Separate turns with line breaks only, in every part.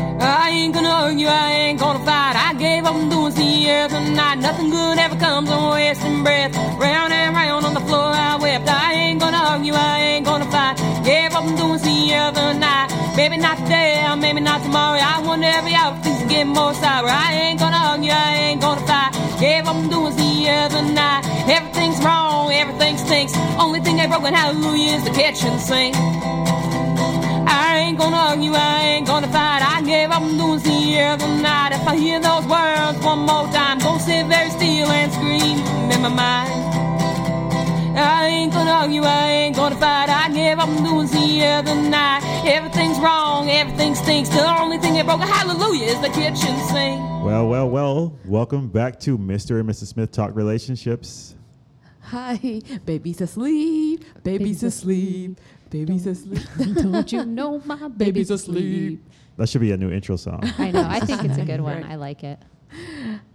ain't gonna hurt you, I ain't gonna fight. I gave up on doing CL tonight. Nothing good ever comes, I'm wasting breath. Round and round on the floor, I wept. I ain't gonna hurt you, I ain't gonna fight. Gave up on doing CL tonight. Maybe not today, or maybe not tomorrow. I wonder every hour if things are getting more sour. I ain't gonna hurt you, I ain't gonna fight. Gave up on doing CL tonight. Everything's wrong, everything stinks. Only thing that broken, hallelujah, is the kitchen sink. I ain't gonna argue, I ain't gonna fight. I gave up on doing the other night. If I hear those words one more time, gonna sit very still and scream in my mind. I ain't gonna argue, I ain't gonna fight. I gave up on doing the other night. Everything's wrong, everything stinks. The only thing that broke a hallelujah is the kitchen sink.
Well, well, well. Welcome back to Mr. and Mrs. Smith Talk Relationships.
Hi, baby's asleep, baby's asleep, baby's asleep.
Don't you know my baby's asleep?
That should be a new intro song.
I know. I think it's a good one. I like it.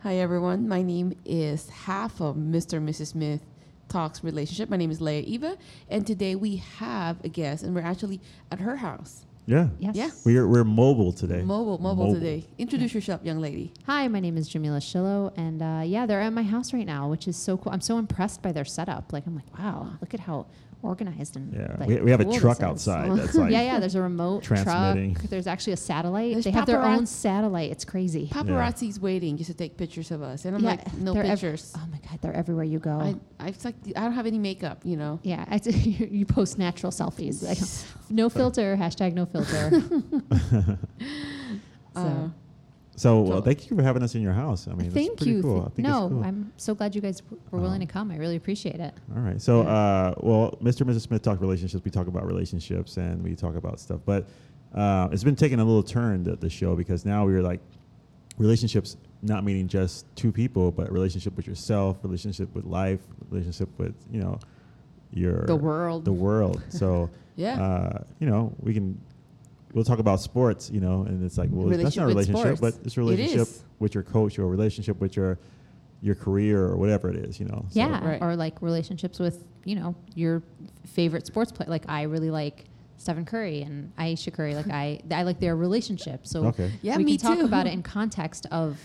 Hi, everyone. My name is half of Mr. and Mrs. Smith Talks Relationship. My name is Leia Eva, and today we have a guest, and we're actually at her house.
Yeah.
Yes.
Yeah.
We're, we're mobile today.
Mobile, mobile, today. Introduce yourself, young lady.
Hi, my name is Jamila Shillo, and uh, yeah, they're at my house right now, which is so cool. I'm so impressed by their setup. Like, I'm like, wow, look at how organized and
Yeah.
like,
we, we have
cool
a
this
truck
is.
outside that's like,
yeah, yeah. There's a remote truck.
transmitting.
There's actually a satellite.
There's
they have their own
paparazzi-
satellite. It's crazy.
Paparazzi's waiting just to take pictures of us, and I'm
yeah,
like, no
they're ev-
pictures.
oh my god, they're everywhere you go.
I, I, it's like, I don't have any makeup, you know.
yeah, I, you you post natural selfies. Like, no filter. Hashtag no filter. so.
Uh,
So well, thank you for having us in your house. I mean, that's
Thank
pretty
you.
Cool. I
Th-
think it's
no,
cool.
I'm so glad you guys w- were willing to come. I really appreciate it.
All right. So, uh, well, Mr. and Mrs. Smith talk relationships. We talk about relationships and we talk about stuff. But uh, it's been taking a little turn at the show because now we're like relationships, not meaning just two people, but relationship with yourself, relationship with life, relationship with you know your
The world.
the world. So
Yeah.
uh, you know we can we'll talk about sports, you know, and it's like well, that's not a
Relationship with
relationship,
sports.
but it's
It
a relationship
is.
with your coach or a relationship with your your career or whatever it is, you know. So-
yeah,
Right.
or like relationships with you know your favorite sports player. Like I really like Stephen Curry and Aisha Curry. Like I I like their relationship. So
Okay.
Yeah,
we
me
can talk
too.
about it in context of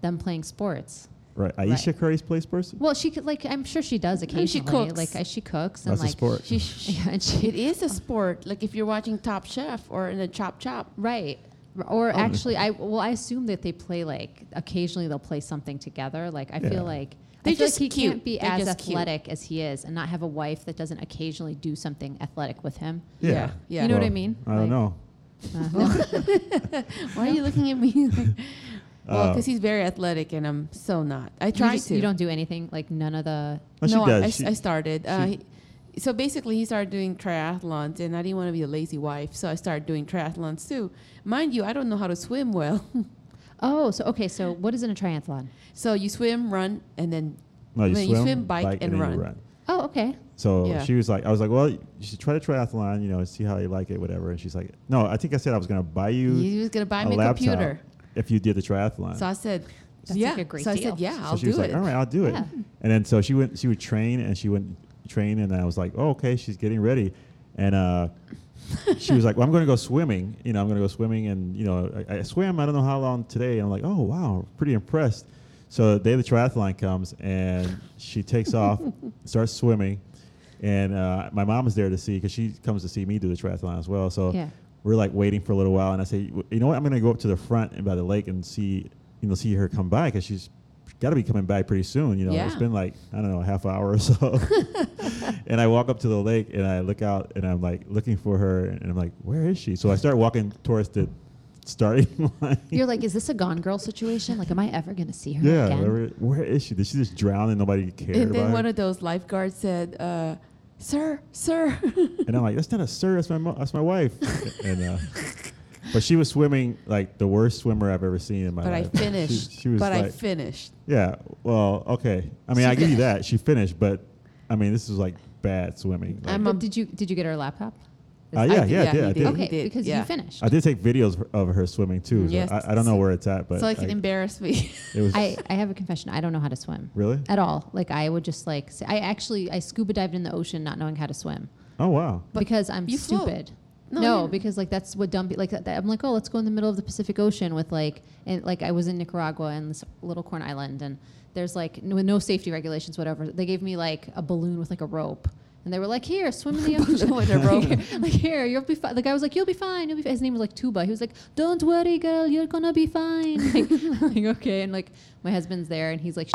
them playing sports.
Right. Aisha
Right.
Curry's place person?
Well, she could like I'm sure she does
And
occasionally.
she cooks.
Like I, she cooks and
That's
like
a sport.
She, sh-
Yeah, and she
it is a sport. Like if you're watching Top Chef or in a Chop Chop,
Right. R-
Oh.
Or actually, I well, I assume that they play like occasionally they'll play something together. Like I
Yeah.
feel like
They're
I feel
just
like he
cute.
can't be
They're
as
just cute.
athletic as he is and not have a wife that doesn't occasionally do something athletic with him.
Yeah. Yeah.
You know what I mean?
I don't
Like-
know.
Uh, no.
Why are you looking at me? like,
Uh,
well, because he's very athletic and I'm so not. I
you,
try
just-
to.
you don't do anything like none of the.
No, she
no, I-
does.
I, s-
she,
I started. uh,
she-
he- so basically, he started doing triathlons, and I didn't want to be a lazy wife, so I started doing triathlons too. Mind you, I don't know how to swim well.
Oh, so okay. So what is in a triathlon?
so you swim, run, and then
no, you
no,
swim,
you swim, bike, and
then you
run.
Oh, okay.
So
Yeah.
she was like, I was like, well, you should try the triathlon, you know, see how you like it, whatever. And she's like, no, I think I said I was going to buy you
he was gonna buy
a
me a
laptop
computer.
if you did the triathlon.
So I said,
That's
yeah.
like a great
so I
deal.
said, yeah,
So
I'll
she
do
was
it.
like, all right, I'll do it.
Yeah.
And then so she went, she would train and she went train. And I was like, oh, okay, she's getting ready. And uh, she was like, well, I'm going to go swimming. You know, I'm going to go swimming. And, you know, I, I swam, I don't know how long today. And I'm like, oh, wow, pretty impressed. So the day the triathlon comes and she takes off, starts swimming. And uh, my mom is there to see because she comes to see me do the triathlon as well. So
Yeah.
we're like waiting for a little while, and I say, "W- you know what, I'm gonna go up to the front and by the lake and see, you know, see her come by because she's got to be coming by pretty soon. You know, it's
Yeah.
been like I don't know, a half hour or so. and I walk up to the lake and I look out and I'm like looking for her and I'm like, where is she? So I start walking towards the starting line.
You're like, is this a Gone Girl situation? Like, am I ever going to see her
yeah,
again?
where, where is she? Did she just drown and nobody cared
And
about
then
her?
one of those lifeguards said, uh, "Sir, sir."
And I'm like, that's not a sir, that's my mo- that's my wife. and uh, but she was swimming like the worst swimmer I've ever seen in my
but I
life.
finished.
She, she was
but I
like,
finished.
yeah. Well, okay. I mean,
She
I give you
finished.
that. She finished, but I mean, this is like bad swimming. Like,
I'm
But
a-
did you did you get her a laptop?
Uh, yeah, yeah, I did,
he
I did.
He
okay,
did,
because
yeah.
you finished.
I did take videos of- of her swimming too. So
Yes.
I, I don't know where it's at, but
so I
I-
can embarrass me.
it was
I, I have a confession. I don't know how to swim.
really.
At all. Like I would just like say, I actually I scuba dived in the ocean not knowing how to swim
Oh wow.
But
because I'm
you float.
stupid.
No,
No,
you're-
because like that's what dumb. pe- Like that, I'm like, oh, let's go in the middle of the Pacific Ocean with like, and like I was in Nicaragua and this little corn island, and there's like no, no safety regulations, whatever. They gave me like a balloon with like a rope, and they were like, here, swim in the ocean with a rope. like here, you'll be fine. The guy was like, you'll be fine. You'll be. Fi-. His name was like Tuba. He was like, don't worry, girl, you're gonna be fine. Like, like, okay, and like my husband's there, and he's like.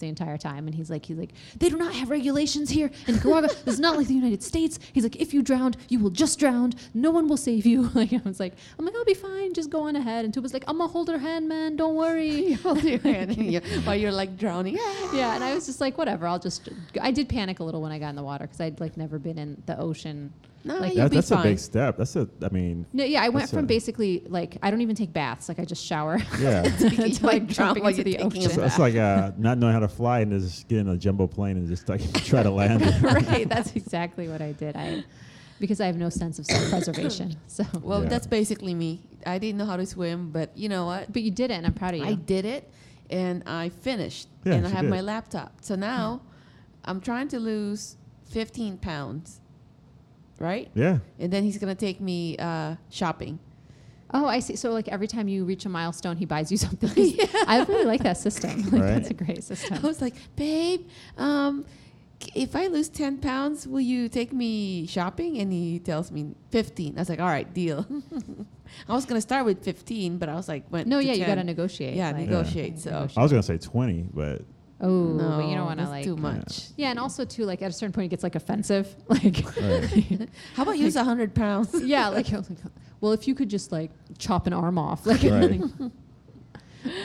the entire time and he's like he's like they do not have regulations here in Nicaragua this is not like the United States he's like if you drowned you will just drown no one will save you like I was like I'm like I'll be fine just go on ahead and Tuba's like I'm gonna hold her hand man don't worry
Hold your hand and you- while you're like drowning.
yeah and I was just like whatever I'll just I did panic a little when I got in the water because I'd like never been in the ocean
No,
Like,
That,
you'll be
that's a
fine.
big step. That's a. I mean,
no yeah I went
That's
from
a-
basically like I don't even take baths like I just shower
yeah.
to
You might
like
drown
jumping
while
into
you're
the
taking a
ocean
So it's like uh, not knowing how to fly and just getting a jumbo plane and just like try to land. it.
right. That's exactly what I did. I because I have no sense of self-preservation. So,
Well,
Yeah.
that's basically me. I didn't know how to swim, but you know what?
but you did it. and I'm proud of you.
I did it, and I finished,
Yeah,
and I
she
have
did.
my laptop. So now, I'm trying to lose 15 pounds, right?
Yeah.
And then he's gonna take me uh, shopping.
oh, I see. So like every time you reach a milestone, he buys you something. I really like that system. Like
Right.
that's a great
I
system.
was like, babe, um, c- if I lose 10 pounds, will you take me shopping? And he tells me 15. I was like, all right, deal. I was gonna start with 15, but I was like, went
No,
to
yeah, you
10.
gotta negotiate.
Yeah,
like-
negotiate. So
I was gonna say twenty, but
oh,
no,
but you don't want to
that's
like.
too much.
Yeah, and also too like at a certain point it gets like offensive. Like,
Right.
How about use 100 pounds?
yeah, like, I was like, well, if you could just like chop an arm off, like,
Right.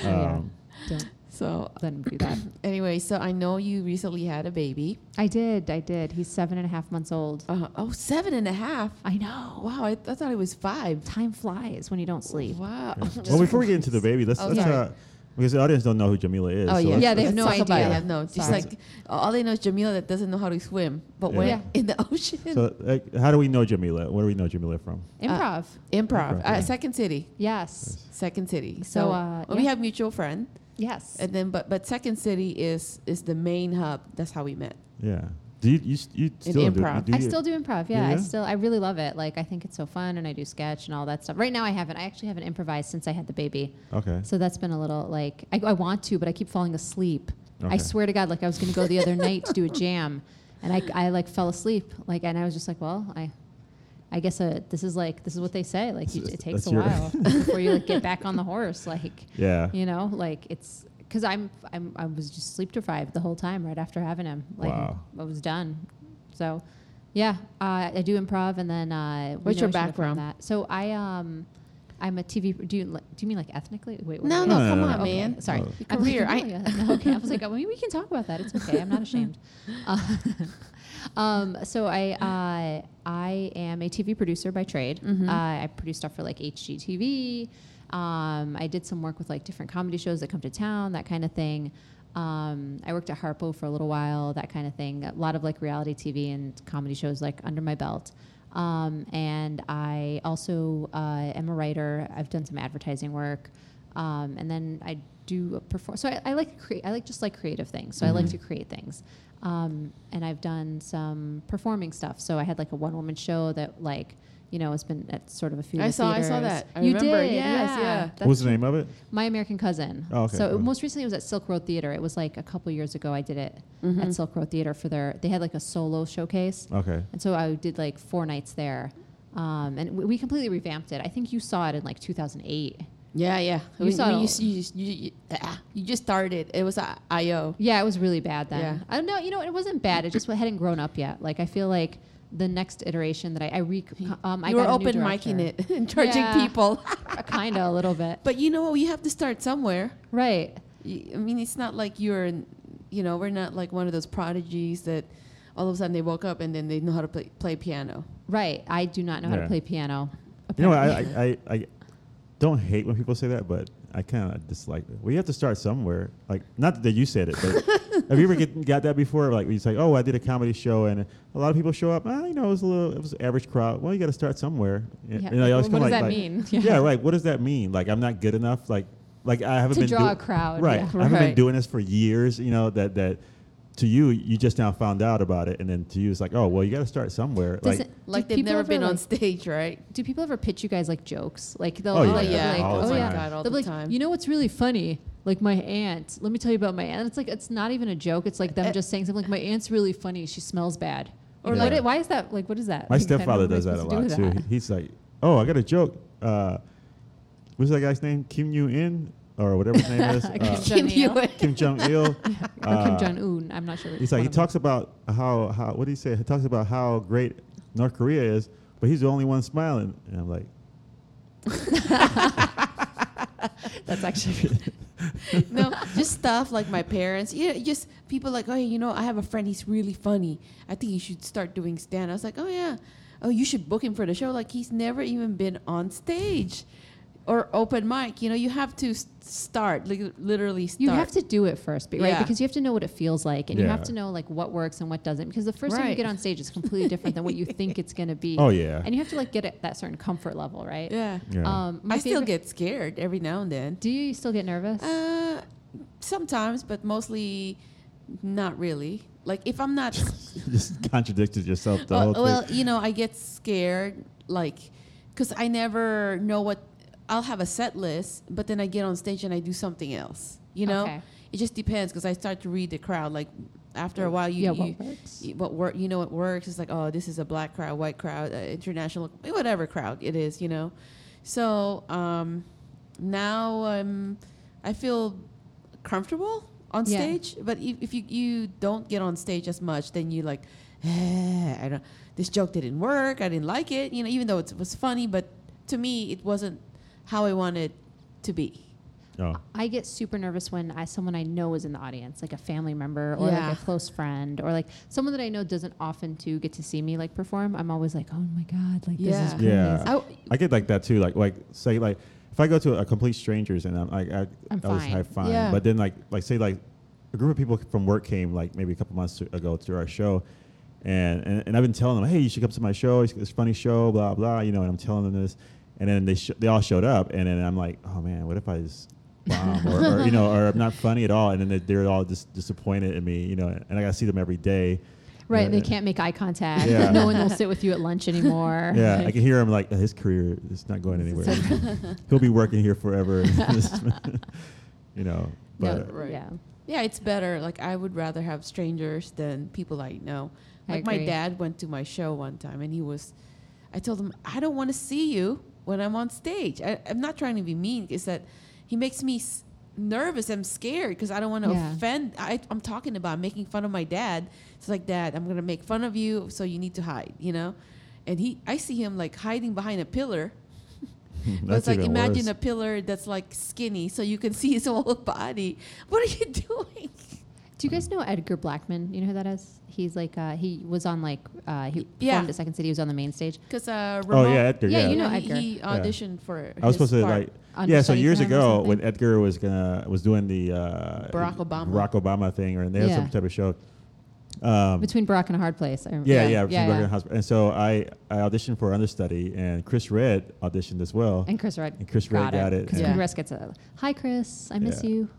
yeah.
um,
don't
So
let him do that.
anyway, so I know you recently had a baby.
I did, I did. He's seven and a half months old.
Uh, oh, seven and a half.
I know.
Wow, I, I thought it was five.
Time flies when you don't sleep.
Wow.
well, before we get into the baby, let's,
Oh,
let's
sorry.
uh, because the audience don't know who Jamila is.
Oh
so
yeah,
let's-
Yeah, they have
Let's
no
talk
idea.
About it. Yeah, no, just
Sounds-
like all they know is Jamila that doesn't know how to swim, but when
Yeah.
in the ocean,
So, like, how do we know Jamila? Where do we know Jamila from?
Improv.
improv,
Improv,
uh,
yeah.
Second City,
yes.
Second City. So,
So, uh,
well, we
yeah.
have mutual friend,
Yes.
and then but but Second City is is the main hub. That's how we met.
Yeah. Do you, you, s- you still do-
improv.
do
I
you-
still do improv.
Yeah,
Yeah, I
yeah.
still I really love it. Like I think it's so fun and I do sketch and all that stuff. Right now I haven't. I actually haven't improvised since I had the baby.
Okay.
So that's been a little like I, I want to, but I keep falling asleep. I
Okay.
swear to God, like I was going to go the other night to do a jam, and I, I like fell asleep. Like and I was just like, well, I, I guess uh this is like this is what they say. Like you,
This is-
it takes
that's
a
your-
while before you like get back on the horse. Like
Yeah.
you know, like it's because I'm I'm I was just sleep deprived the whole time right after having him. Like
Wow.
I was done. So yeah, uh, I do improv and then uh, we
What's
know
your
each other from
background?
That. So I um. I'm a TV. Do you li- do you mean like ethnically? Wait, what
No,
do
no,
you-
No,
come
no,
on,
no.
Okay,
man.
Sorry,
Your
I'm
career.
Like,
I-
no, yeah, no, okay, I was like, I mean, we can talk about that. It's okay. I'm not ashamed. Uh, um, so I uh, I am a TV producer by trade. Uh, I produce stuff for like HGTV. Um, I did some work with like different comedy shows that come to town, that kind of thing. Um, I worked at Harpo for a little while, that kind of thing. A lot of like reality TV and comedy shows like under my belt. Um, and I also uh, am a writer. I've done some advertising work, um, and then I do a perform. So I, I like create. I like just like creative things. So I like to create things, um, and I've done some performing stuff. So I had like a one woman show that like you know has been at sort of a few.
I saw- I
Theaters.
saw that. I
you
remember.
did.
Yes,
yeah.
yeah.
What was the name of it?
My American Cousin.
Oh, okay,
So it,
cool.
most recently it was at Silk Road Theater. It was like a couple years ago. I did it
Mm-hmm.
at Silk Road Theater for their. They had like a solo showcase.
Okay.
And so I did like four nights there. Um, and we, we completely revamped it. I think you saw it in like 2008.
Yeah, yeah.
You
We-
saw
we
it all.
used- you, just- you, you, ah, you just started. It was uh, IO.
Yeah, it was really bad then.
Yeah.
I don't know. You know, it wasn't bad. It just hadn't grown up yet. Like I feel like the next iteration that I I re um I
you
got
were
a new
open micing
director.
it and charging
Yeah.
people.
kind of a little bit.
but you know, you have to start somewhere.
Right.
Y- I mean, it's not like you're, in- you know, we're not like one of those prodigies that all of a sudden they woke up and then they know how to play, play piano.
Right. I do not know how
Yeah.
to play piano.
You know, what, I,
apparently.
I, I, I don't hate when people say that, but I kind of dislike it. Well, you have to start somewhere. Like, not that you said it, but have you ever get, got that before? Like, you say, "Oh, I did a comedy show," and a lot of people show up. Ah, you know, it was a little, it was an average crowd. Well, you got to start somewhere. And-
Yeah.
and I always
What
kinda like-
does that
like-
mean?
Yeah.
Yeah.
like what does that mean? Like, I'm not good enough. Like, like I haven't
To
been
draw
do-
a crowd,
Right.
yeah.
I haven't
Right.
been doing this for years. You know that that to you, you just now found out about it, and then to you, it's like, oh, well, you got to start somewhere.
Does
like,
it- do
Like they've
people
never
ever,
been on
like-
stage, right?
Do people ever pitch you guys like jokes? Like they'll
Oh,
be
yeah.
like,
Yeah,
like,
all the
oh yeah,
time.
God, all
They'll
the
be like,
time.
you know what's really funny? Like my aunt. Let me tell you about my aunt. It's like it's not even a joke. It's like them
Eh.
just saying something like my aunt's really funny. She smells bad. Or
Yeah.
what i- why is that? Like what is that?
My
Like, I don't know
stepfather
what I'm
does that a lot
supposed to do
too.
with that.
He- He's like, "Oh, I got a joke. Uh, what's that guy's name? Kim Yu In or whatever his name is. Uh,
Kim
Kim Il.
Il.
Kim Jong Il.
Or Kim Jong Un. I'm not sure. which
He's Uh, like
one
he
of them.
talks about how how what do you say? He talks about how great North Korea is, but he's the only one smiling. And I'm like,
That's actually.
no, just stuff like my parents. Yeah, just people like, oh, you know, I have a friend. He's really funny. I think you should start doing stand. I was like, oh yeah, oh you should book him for the show. Like he's never even been on stage or open mic. You know, you have to s- start like literally start.
You have to do it first, be- right?
Yeah.
Because you have to know what it feels like, and you have
Yeah.
to know like what works and what doesn't. Because the first time you
Right.
get on stage is completely different than what you think it's going to be.
oh yeah,
And you have to like get at that certain comfort level, right?
Yeah,
yeah.
Um, my
I still
favorite-
get scared every now and then.
Do you still get nervous?
Uh, sometimes, but mostly not really. Like if I'm not
just contradicted yourself the
Well,
whole
well,
thing.
you know, I get scared, like, because I never know what I'll have a set list, but then I get on stage and I do something else. You know,
Okay.
it just depends because I start to read the crowd. Like after a while, you
yeah,
you,
what works?
you- what work you know it works. It's like oh, this is a black crowd, white crowd, uh, international, whatever crowd it is. You know, so um, now um, I feel comfortable on
Yeah.
stage. But if, if you you don't get on stage as much, then you like, eh, I don't. This joke didn't work. I didn't like it. You know, even though it was funny, but to me it wasn't how I wanted to be.
oh.
I get super nervous when I, someone I know is in the audience, like a family member or
Yeah.
like a close friend or like someone that I know doesn't often to get to see me like perform. I'm always like, oh my god, like this
Yeah.
is crazy.
Yeah,
I w-
I get like that too. Like like say like if I go to a complete strangers and I'm like I,
I'm
I was
fine.
high fine,
Yeah.
but then like like say like a group of people from work came like maybe a couple months ago to our show. And, and, and I've been telling them, hey, you should come to my show. It's, it's a funny show, blah blah. You know, and I'm telling them this, and then they sh- they all showed up, and then I'm like, oh man, what if I just bomb or, or you know, or I'm not funny at all, and then they, they're all just disappointed in me, you know, and I gotta see them every day.
Right,
Uh,
they can't make eye contact.
Yeah.
No one will sit with you at lunch anymore.
Yeah, I can hear him like "Uh, his career is not going anywhere. He'll be working here forever. you know,
No,
but
Right.
yeah.
Yeah, it's better. Like I would rather have strangers than people I know.
I
Like my
agree.
dad went to my show one time, and he was. I told him I don't want to see you when I'm on stage. I, I'm not trying to be mean. It's that he makes me s- nervous. I'm scared because I don't want to
Yeah.
offend. I, I'm talking about making fun of my dad. It's like dad, I'm gonna make fun of you, so you need to hide. You know, and he, I see him like hiding behind a pillar. But
that's
it's like
even
imagine
worse.
a pillar that's like skinny, so you can see his whole body. What are you doing?
Do you guys know Edgar Blackman? You know who that is? He's like uh, he was on like uh, he
Yeah.
performed at Second City. He was on the main stage.
Because uh,
Oh,
Ramon-
yeah, Edgar,
Yeah, yeah. you know
he,
Edgar.
He auditioned for.
I was
his
supposed to
part.
like yeah. So
understudy
years
him or
ago,
something?
when Edgar was gonna was doing the uh,
Barack Obama.
Barack Obama thing, or they had some
Yeah.
type of show. Um,
Between Barack and a Hard Place. I remember.
yeah, yeah, between Barack And, Hosp- and so I, I auditioned for understudy, and Chris Red auditioned as well.
And Chris Red.
And Chris Red got it,
Because
and-
Chris gets a hi, Chris. I miss
Yeah.
you.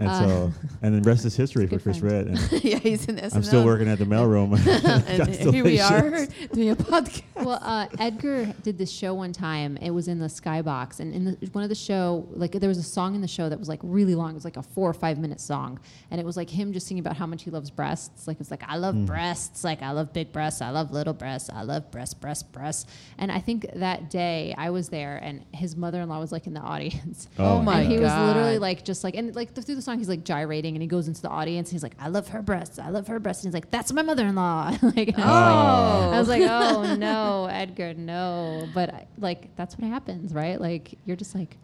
And
uh,
so, and then rest is history for
good
Chris
friend.
Red. And
yeah, he's in SNL.
I'm still working at the mailroom. Um,
and here we are
Constellations.
doing a podcast.
well, uh, Edgar did this show one time. It was in the Skybox, and in the, one of the show, like there was a song in the show that was like really long. It was like a four or five minute song, and it was like him just singing about how much he loves breasts. Like it's like I
Mm.
love breasts. Like I love big breasts. I love little breasts. I love breast, breast, breasts. And I think that day I was there, and his mother in law was like in the audience.
Oh my
and he was literally
God.
like just like and like through the song he's like gyrating and he goes into the audience he's like I love her breasts I love her breasts and he's like that's my mother-in-law like and
Oh,
I was like I was like oh no Edgar no but I, like that's what happens right like you're just like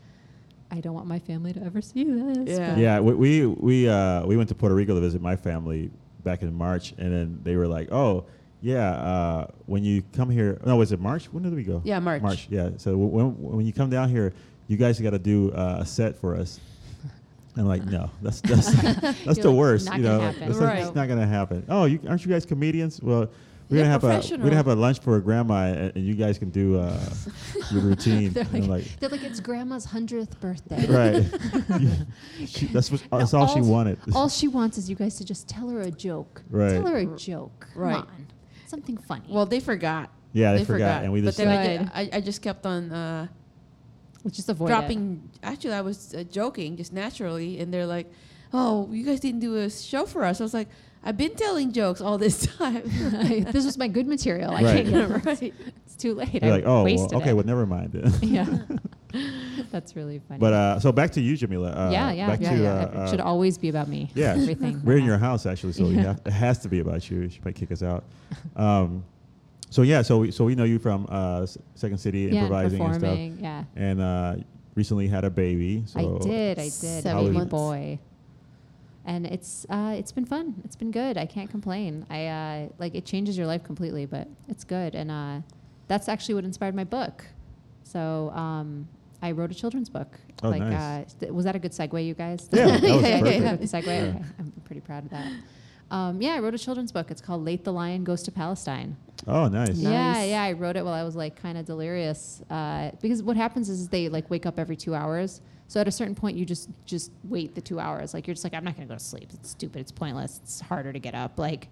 I don't want my family to ever see this
Yeah.
but-
Yeah, we we we, uh, we went to Puerto Rico to visit my family back in March, and then they were like, "Oh, yeah, uh, when you come here, no, was it March? When did we go?
Yeah, March.
March. Yeah. So w- when when you come down here, you guys got to do uh, a set for us." And like, no, that's that's that's
You're
the
like,
worst.
not
you
gonna
know,
happen.
It's, like,
Right.
it's not gonna happen. Oh, you aren't you guys comedians? Well, We're
Yeah,
gonna have a we're
professional.
gonna have a lunch for a grandma, and, and you guys can do uh, your routine.
They're
And I'm
like,
like,
they're like, it's grandma's hundredth birthday.
right. You- she- that's what, that's all, she
all-
wanted.
All she wants is you guys to just tell her a joke.
Right.
Tell her a joke. Come
Right.
on. Something funny.
Well, they forgot.
Yeah, they forgot, and we just-
but then I, ju- I, I just kept on uh,
just avoid it.
dropping. Actually, I was uh, joking just naturally, and they're like, "Oh, you guys didn't do a show for us." I was like, "I've been telling jokes all this time."
this was my good material. I
Right.
can't get it.
right.
It's too late.
You're
I
like, oh, well,
wasted
okay,
it.
well, never mind.
yeah. That's really funny.
but uh, so back to you, Jamila. Uh,
yeah, yeah,
back
yeah.
to,
yeah.
Uh,
it should
uh,
always be about me.
yeah,
Everything.
We're in your house actually, so you have, it has to be about you. She might kick us out. Um, so yeah, so we, so we know you from uh, S- Second City
yeah, and
improvising and, stuff,
performing. Yeah.
and uh, recently had a baby. So
I did. I did.
Seven
Baby
months.
boy. And it's uh, it's been fun. It's been good. I can't complain. I uh, like it changes your life completely, but it's good. And uh, that's actually what inspired my book. So um, I wrote a children's book.
Oh,
like
nice.
uh, th- was that a good segue, you guys?
Yeah, that was
Okay,
perfect.
good segue.
Yeah.
Okay, I'm pretty proud of that. Um, yeah, I wrote a children's book. It's called "Late the Lion Goes to Palestine."
Oh, nice.
Yeah,
Nice.
yeah. I wrote it while I was like kind of delirious uh, because what happens is they like wake up every two hours. So at a certain point, you just just wait the two hours. Like you're just like, I'm not gonna go to sleep. It's stupid. It's pointless. It's harder to get up. Like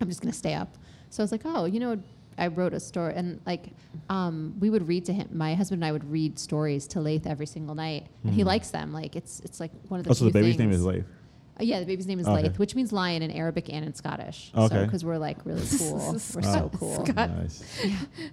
I'm just gonna stay up. So I was like, oh, you know, I wrote a story, and like um, we would read to him. My husband and I would read stories to Lath every single night, and he likes them. Like it's it's like one of the.
Hmm. Oh, so the
few
baby's name
things-
is Leif.
uh, yeah, the baby's name is
Okay.
Laith, which means lion in Arabic and in Scottish.
Okay.
because we're like really cool. we're so
Oh.
cool.
Scott.
Nice.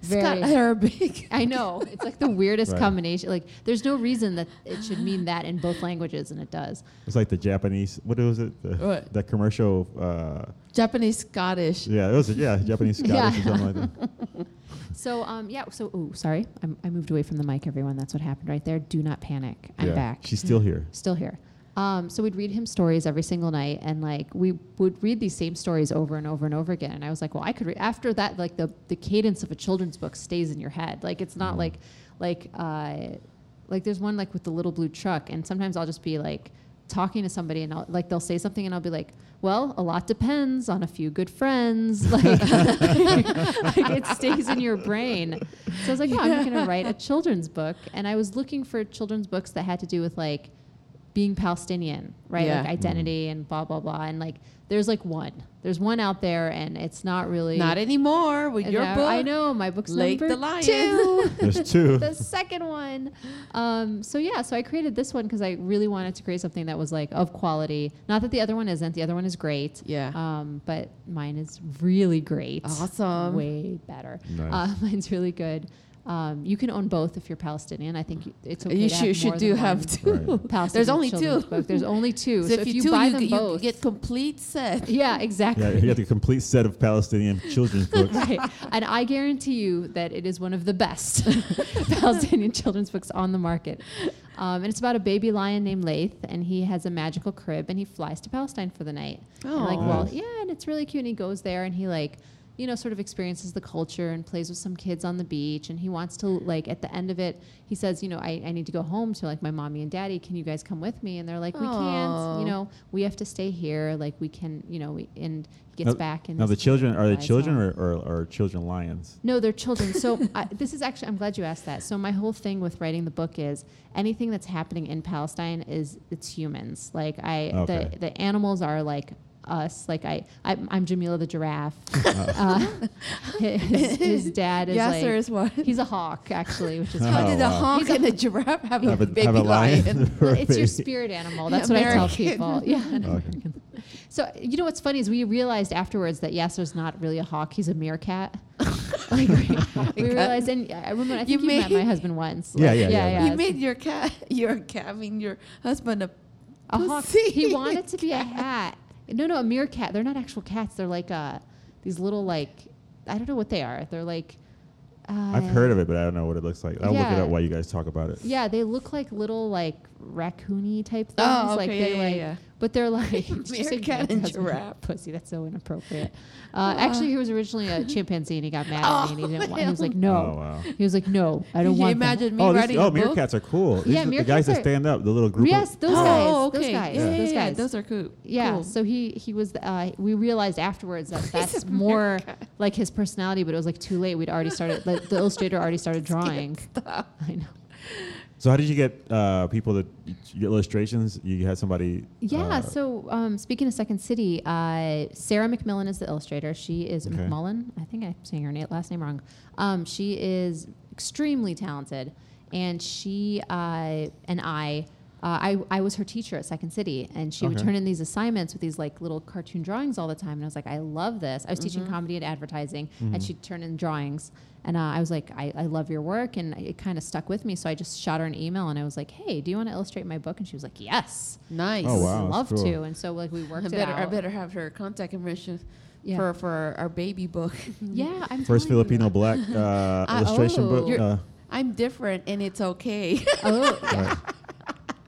Very-
Scott Arabic.
I know. It's like the weirdest
Right.
combination. Like, there's no reason that it should mean that in both languages, and it does.
It's like the Japanese. What was it? The,
What?
That commercial. Uh,
Japanese Scottish.
yeah, it was. Yeah, Japanese Scottish or
Yeah.
something like that.
So, um, yeah. So, ooh, sorry. I'm, I moved away from the mic, everyone. That's what happened right there. Do not panic. I'm
yeah.
back.
She's still here.
Still here. Um, so we'd read him stories every single night, and like we would read these same stories over and over and over again. And I was like, well, I could read after that. Like the the cadence of a children's book stays in your head. Like it's not like like uh, like there's one like with the little blue truck, and sometimes I'll just be like talking to somebody, and I'll like they'll say something, and I'll be like, well, a lot depends on a few good friends. Like, like it stays in your brain. So I was like, oh, I'm not gonna write a children's book, and I was looking for children's books that had to do with like being Palestinian, right?
Yeah.
Like identity and blah blah blah. And like, there's like one. There's one out there, and it's not really
Not anymore with
and
your
I-
book.
I know my book's
Lake
number
the Lion.
two.
There's two.
the second one. Um, so yeah, so I created this one because I really wanted to create something that was like of quality. Not that the other one isn't. The other one is great.
Yeah.
Um, but mine is really great.
Awesome.
Way better.
Nice.
Uh, mine's really good. Um, you can own both if you're Palestinian. I think you- it's okay.
you
to
should,
have more
should
than
do
one
have two.
Right.
Palestinian
There's only
children's
two.
book. There's only two.
So,
so,
if you, two,
buy
you,
them
g- you
both,
get complete set.
yeah, exactly.
Yeah, you have the complete set of Palestinian children's books.
right. And I guarantee you that it is one of the best Palestinian children's books on the market. Um, and it's about a baby lion named Laith, and he has a magical crib, and he flies to Palestine for the night. And like,
Aw.
well,
Nice.
yeah, and it's really cute. And he goes there, and he like, you know, sort of experiences the culture and plays with some kids on the beach. And he wants to like, at the end of it, he says, you know, I, I need to go home to like my mommy and daddy. Can you guys come with me? And they're like, we can't.
Aw.
You know, we have to stay here. Like, we can. You know, we, and he gets
Now-
back. And
Now,
this
the children are they
guy's
children
home.
or, or, or children lions?
No, they're children. So I, this is actually, I'm glad you asked that. So my whole thing with writing the book is anything that's happening in Palestine is it's humans. Like I,
Okay.
the, the animals are like us. Like I, I I'm Jamila the giraffe.
Oh.
Uh, his, his dad is
Yasser
like,
is what?
he's a hawk actually, which is
Oh,
How
funny.
did a
wow.
hawk and a giraffe have,
Have
a,
a,
baby
have a lion. for a
It's your
baby.
spirit animal. That's what I tell people. Yeah. an American. So you know what's funny is we realized afterwards that Yasser's not really a hawk; he's a meerkat. like we, we
God.
realized, and I remember I think you, met
made-
my husband once.
Yeah,
Like,
yeah, yeah, yeah.
You made your cat, your cat, I mean your husband a
a hawk.
pussy
He wanted to be a hat. No, no, a meerkat. They're not actual cats. They're like uh, these little like I don't know what they are. They're like. Uh,
I've heard of it, but I don't know what it looks like. I'll look
Yeah.
it up while you guys talk about it.
Yeah, they look like little like raccoony type things.
Oh, okay,
like
yeah,
they
yeah,
like
yeah.
But they're like did you say
Meerkat
man's
and
husband?
giraffe.
pussy. That's so inappropriate. Uh, actually, he was originally a chimpanzee and he got mad at me and he
Oh,
didn't want. He was
man.
like, no.
Oh, wow.
He was like, no, I don't
Could you
want. that."
imagine me
oh, these,
writing
oh,
a book?
meerkats are cool. These
Yeah,
are the
meerkats
guys
are-
that stand up, the little group.
Yes,
of,
those guys.
oh, okay.
Those guys.
Yeah, yeah,
those
yeah,
guys.
Those are cool.
Yeah.
Cool.
So he he was. Uh, we realized afterwards that that's more like his personality, but it was like too late. We'd already started. Like, the illustrator already started drawing. I know.
So how did you get uh, people to your illustrations? You had somebody.
Yeah.
uh,
so um, speaking of Second City, uh, Sarah McMillan is the illustrator. She is
Okay.
McMullen. I think I'm saying her na- last name wrong. Um, she is extremely talented, and she uh, and I. Uh, I, I was her teacher at Second City, and she would
Okay.
turn in these assignments with these like little cartoon drawings all the time. And I was like, I love this. I was teaching comedy and advertising,
Mm-hmm.
and she'd turn in drawings, and uh, I was like, I, I love your work, and it kind of stuck with me. So I just shot her an email, and I was like, Hey, do you want to illustrate my book? And she was like, Yes
nice.
Oh, wow.
would love
that's cool.
to. And so like we
I
worked it
better,
out.
I better have her contact information
Yeah.
for, for our, our baby book.
Yeah, I'm
First
telling
Filipino black uh,
Uh,
illustration
oh.
book.
You're-
Uh,
I'm different and it's okay.
you. Oh,
right.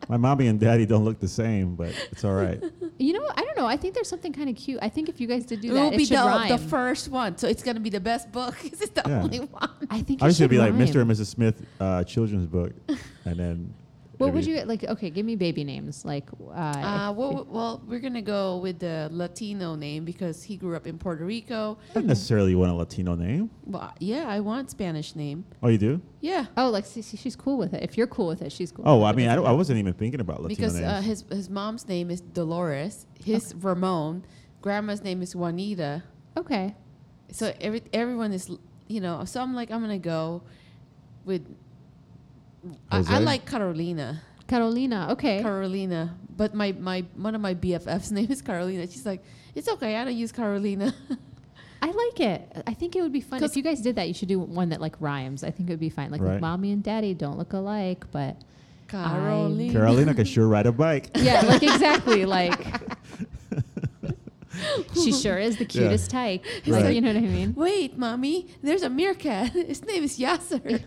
My mommy and daddy don't look the same, but it's all right.
you know, I don't know. I think there's something kind of cute. I think if you guys did do
it
that,
will
it
be
should
the,
rhyme.
the first one. So it's going to be the best book. This is the
Yeah.
only one.
I think it
I used to
should
be like
rhyme.
Mr. and Mrs. Smith uh, children's book, and then.
What
it'd
would
be-
you like? Okay, give me baby names. Like, uh,
Uh, well, well, we're going to go with the Latino name because he grew up in Puerto Rico.
I don't necessarily want a Latino name.
Well, yeah, I want Spanish name.
Oh, you do?
Yeah.
oh, like see, see, she's cool with it. If you're cool with it, she's cool.
Oh,
with
I
it.
mean, I,
Doesn't
don't, I wasn't even thinking about Latino
because
names.
uh, his his mom's name is Dolores, his Ramon, grandma's name is Juanita.
matter. okay.
So every everyone is l- you know. So I'm like I'm gonna go with. I, I
Jose?
like Carolina,
Carolina. Okay.
Carolina, but my my one of my BFFs name is Carolina. She's like, it's okay, I don't use Carolina.
I like it. I think it would be fun if
'Cause-
you guys did that. You should do one that like rhymes. I think it would be fine. Like,
Right.
mommy and daddy don't look alike, but
Carolina.
Carolina could sure ride a bike.
yeah, like exactly like. She sure is the cutest tyke. Like,
Right.
You know what I mean?
Wait, mommy, there's a meerkat. His name is Yasser.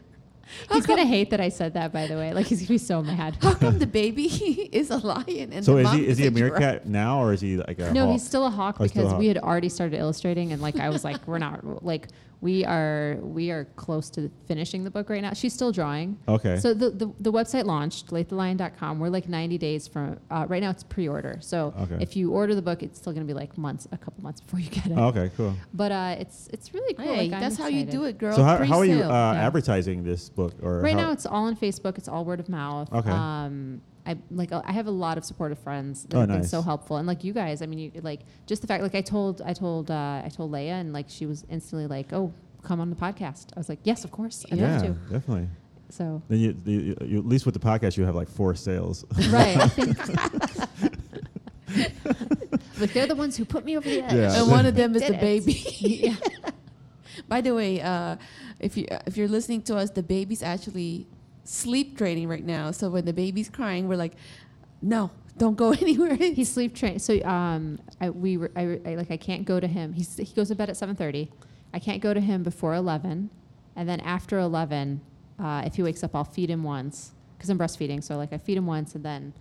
How
He's
come,
gonna hate that I said that, by the way. Like he's gonna be so mad.
how come the baby is a lion and
So
the
is
mom
he is he a
giraffe?
meerkat now, or is he like a
No,
hawk?
he's still a hawk
Oh, he's still a
because we
hawk.
had already started illustrating, and like I was like, we're not like we are we are close to finishing the book right now. She's still drawing.
Oh, Okay.
So the the, the website launched latethelion.com. We're like 90 days from uh, right now. It's pre-order. So
Okay.
if you order the book, it's still gonna be like months, a couple months before you get it.
Oh, okay, cool.
But uh, it's it's really cool.
Hey,
Like, I'm
that's how you
excited.
do it, girl.
So how, how are you uh,
Pre-sale.
Yeah.
advertising this book? Or
Right
how-
now, it's all on Facebook. It's all word of mouth.
Okay.
Um, I like I have a lot of supportive friends that
Oh,
have been
nice.
so helpful, and like you guys. I mean, you like just the fact like I told I told uh, I told Leia, and like she was instantly like, "Oh, come on the podcast." I was like, "Yes, of course, I'd
yeah,
love to."
definitely.
So
Then you, you, you, at least with the podcast, you have like four sales.
right, I think- like they're the ones who put me over the edge.
Yeah.
and one of them is
Did
the
it.
baby.
Yeah.
By the way, uh, if you if you're listening to us, the baby's actually sleep training right now. So when the baby's crying, we're like, no, don't go anywhere.
He's sleep trained. So um, I, we were, I, I- like I can't go to him. He's, he goes to bed at seven thirty. I can't go to him before eleven, and then after eleven, uh, if he wakes up, I'll feed him once because I'm breastfeeding. So like I feed him once, and then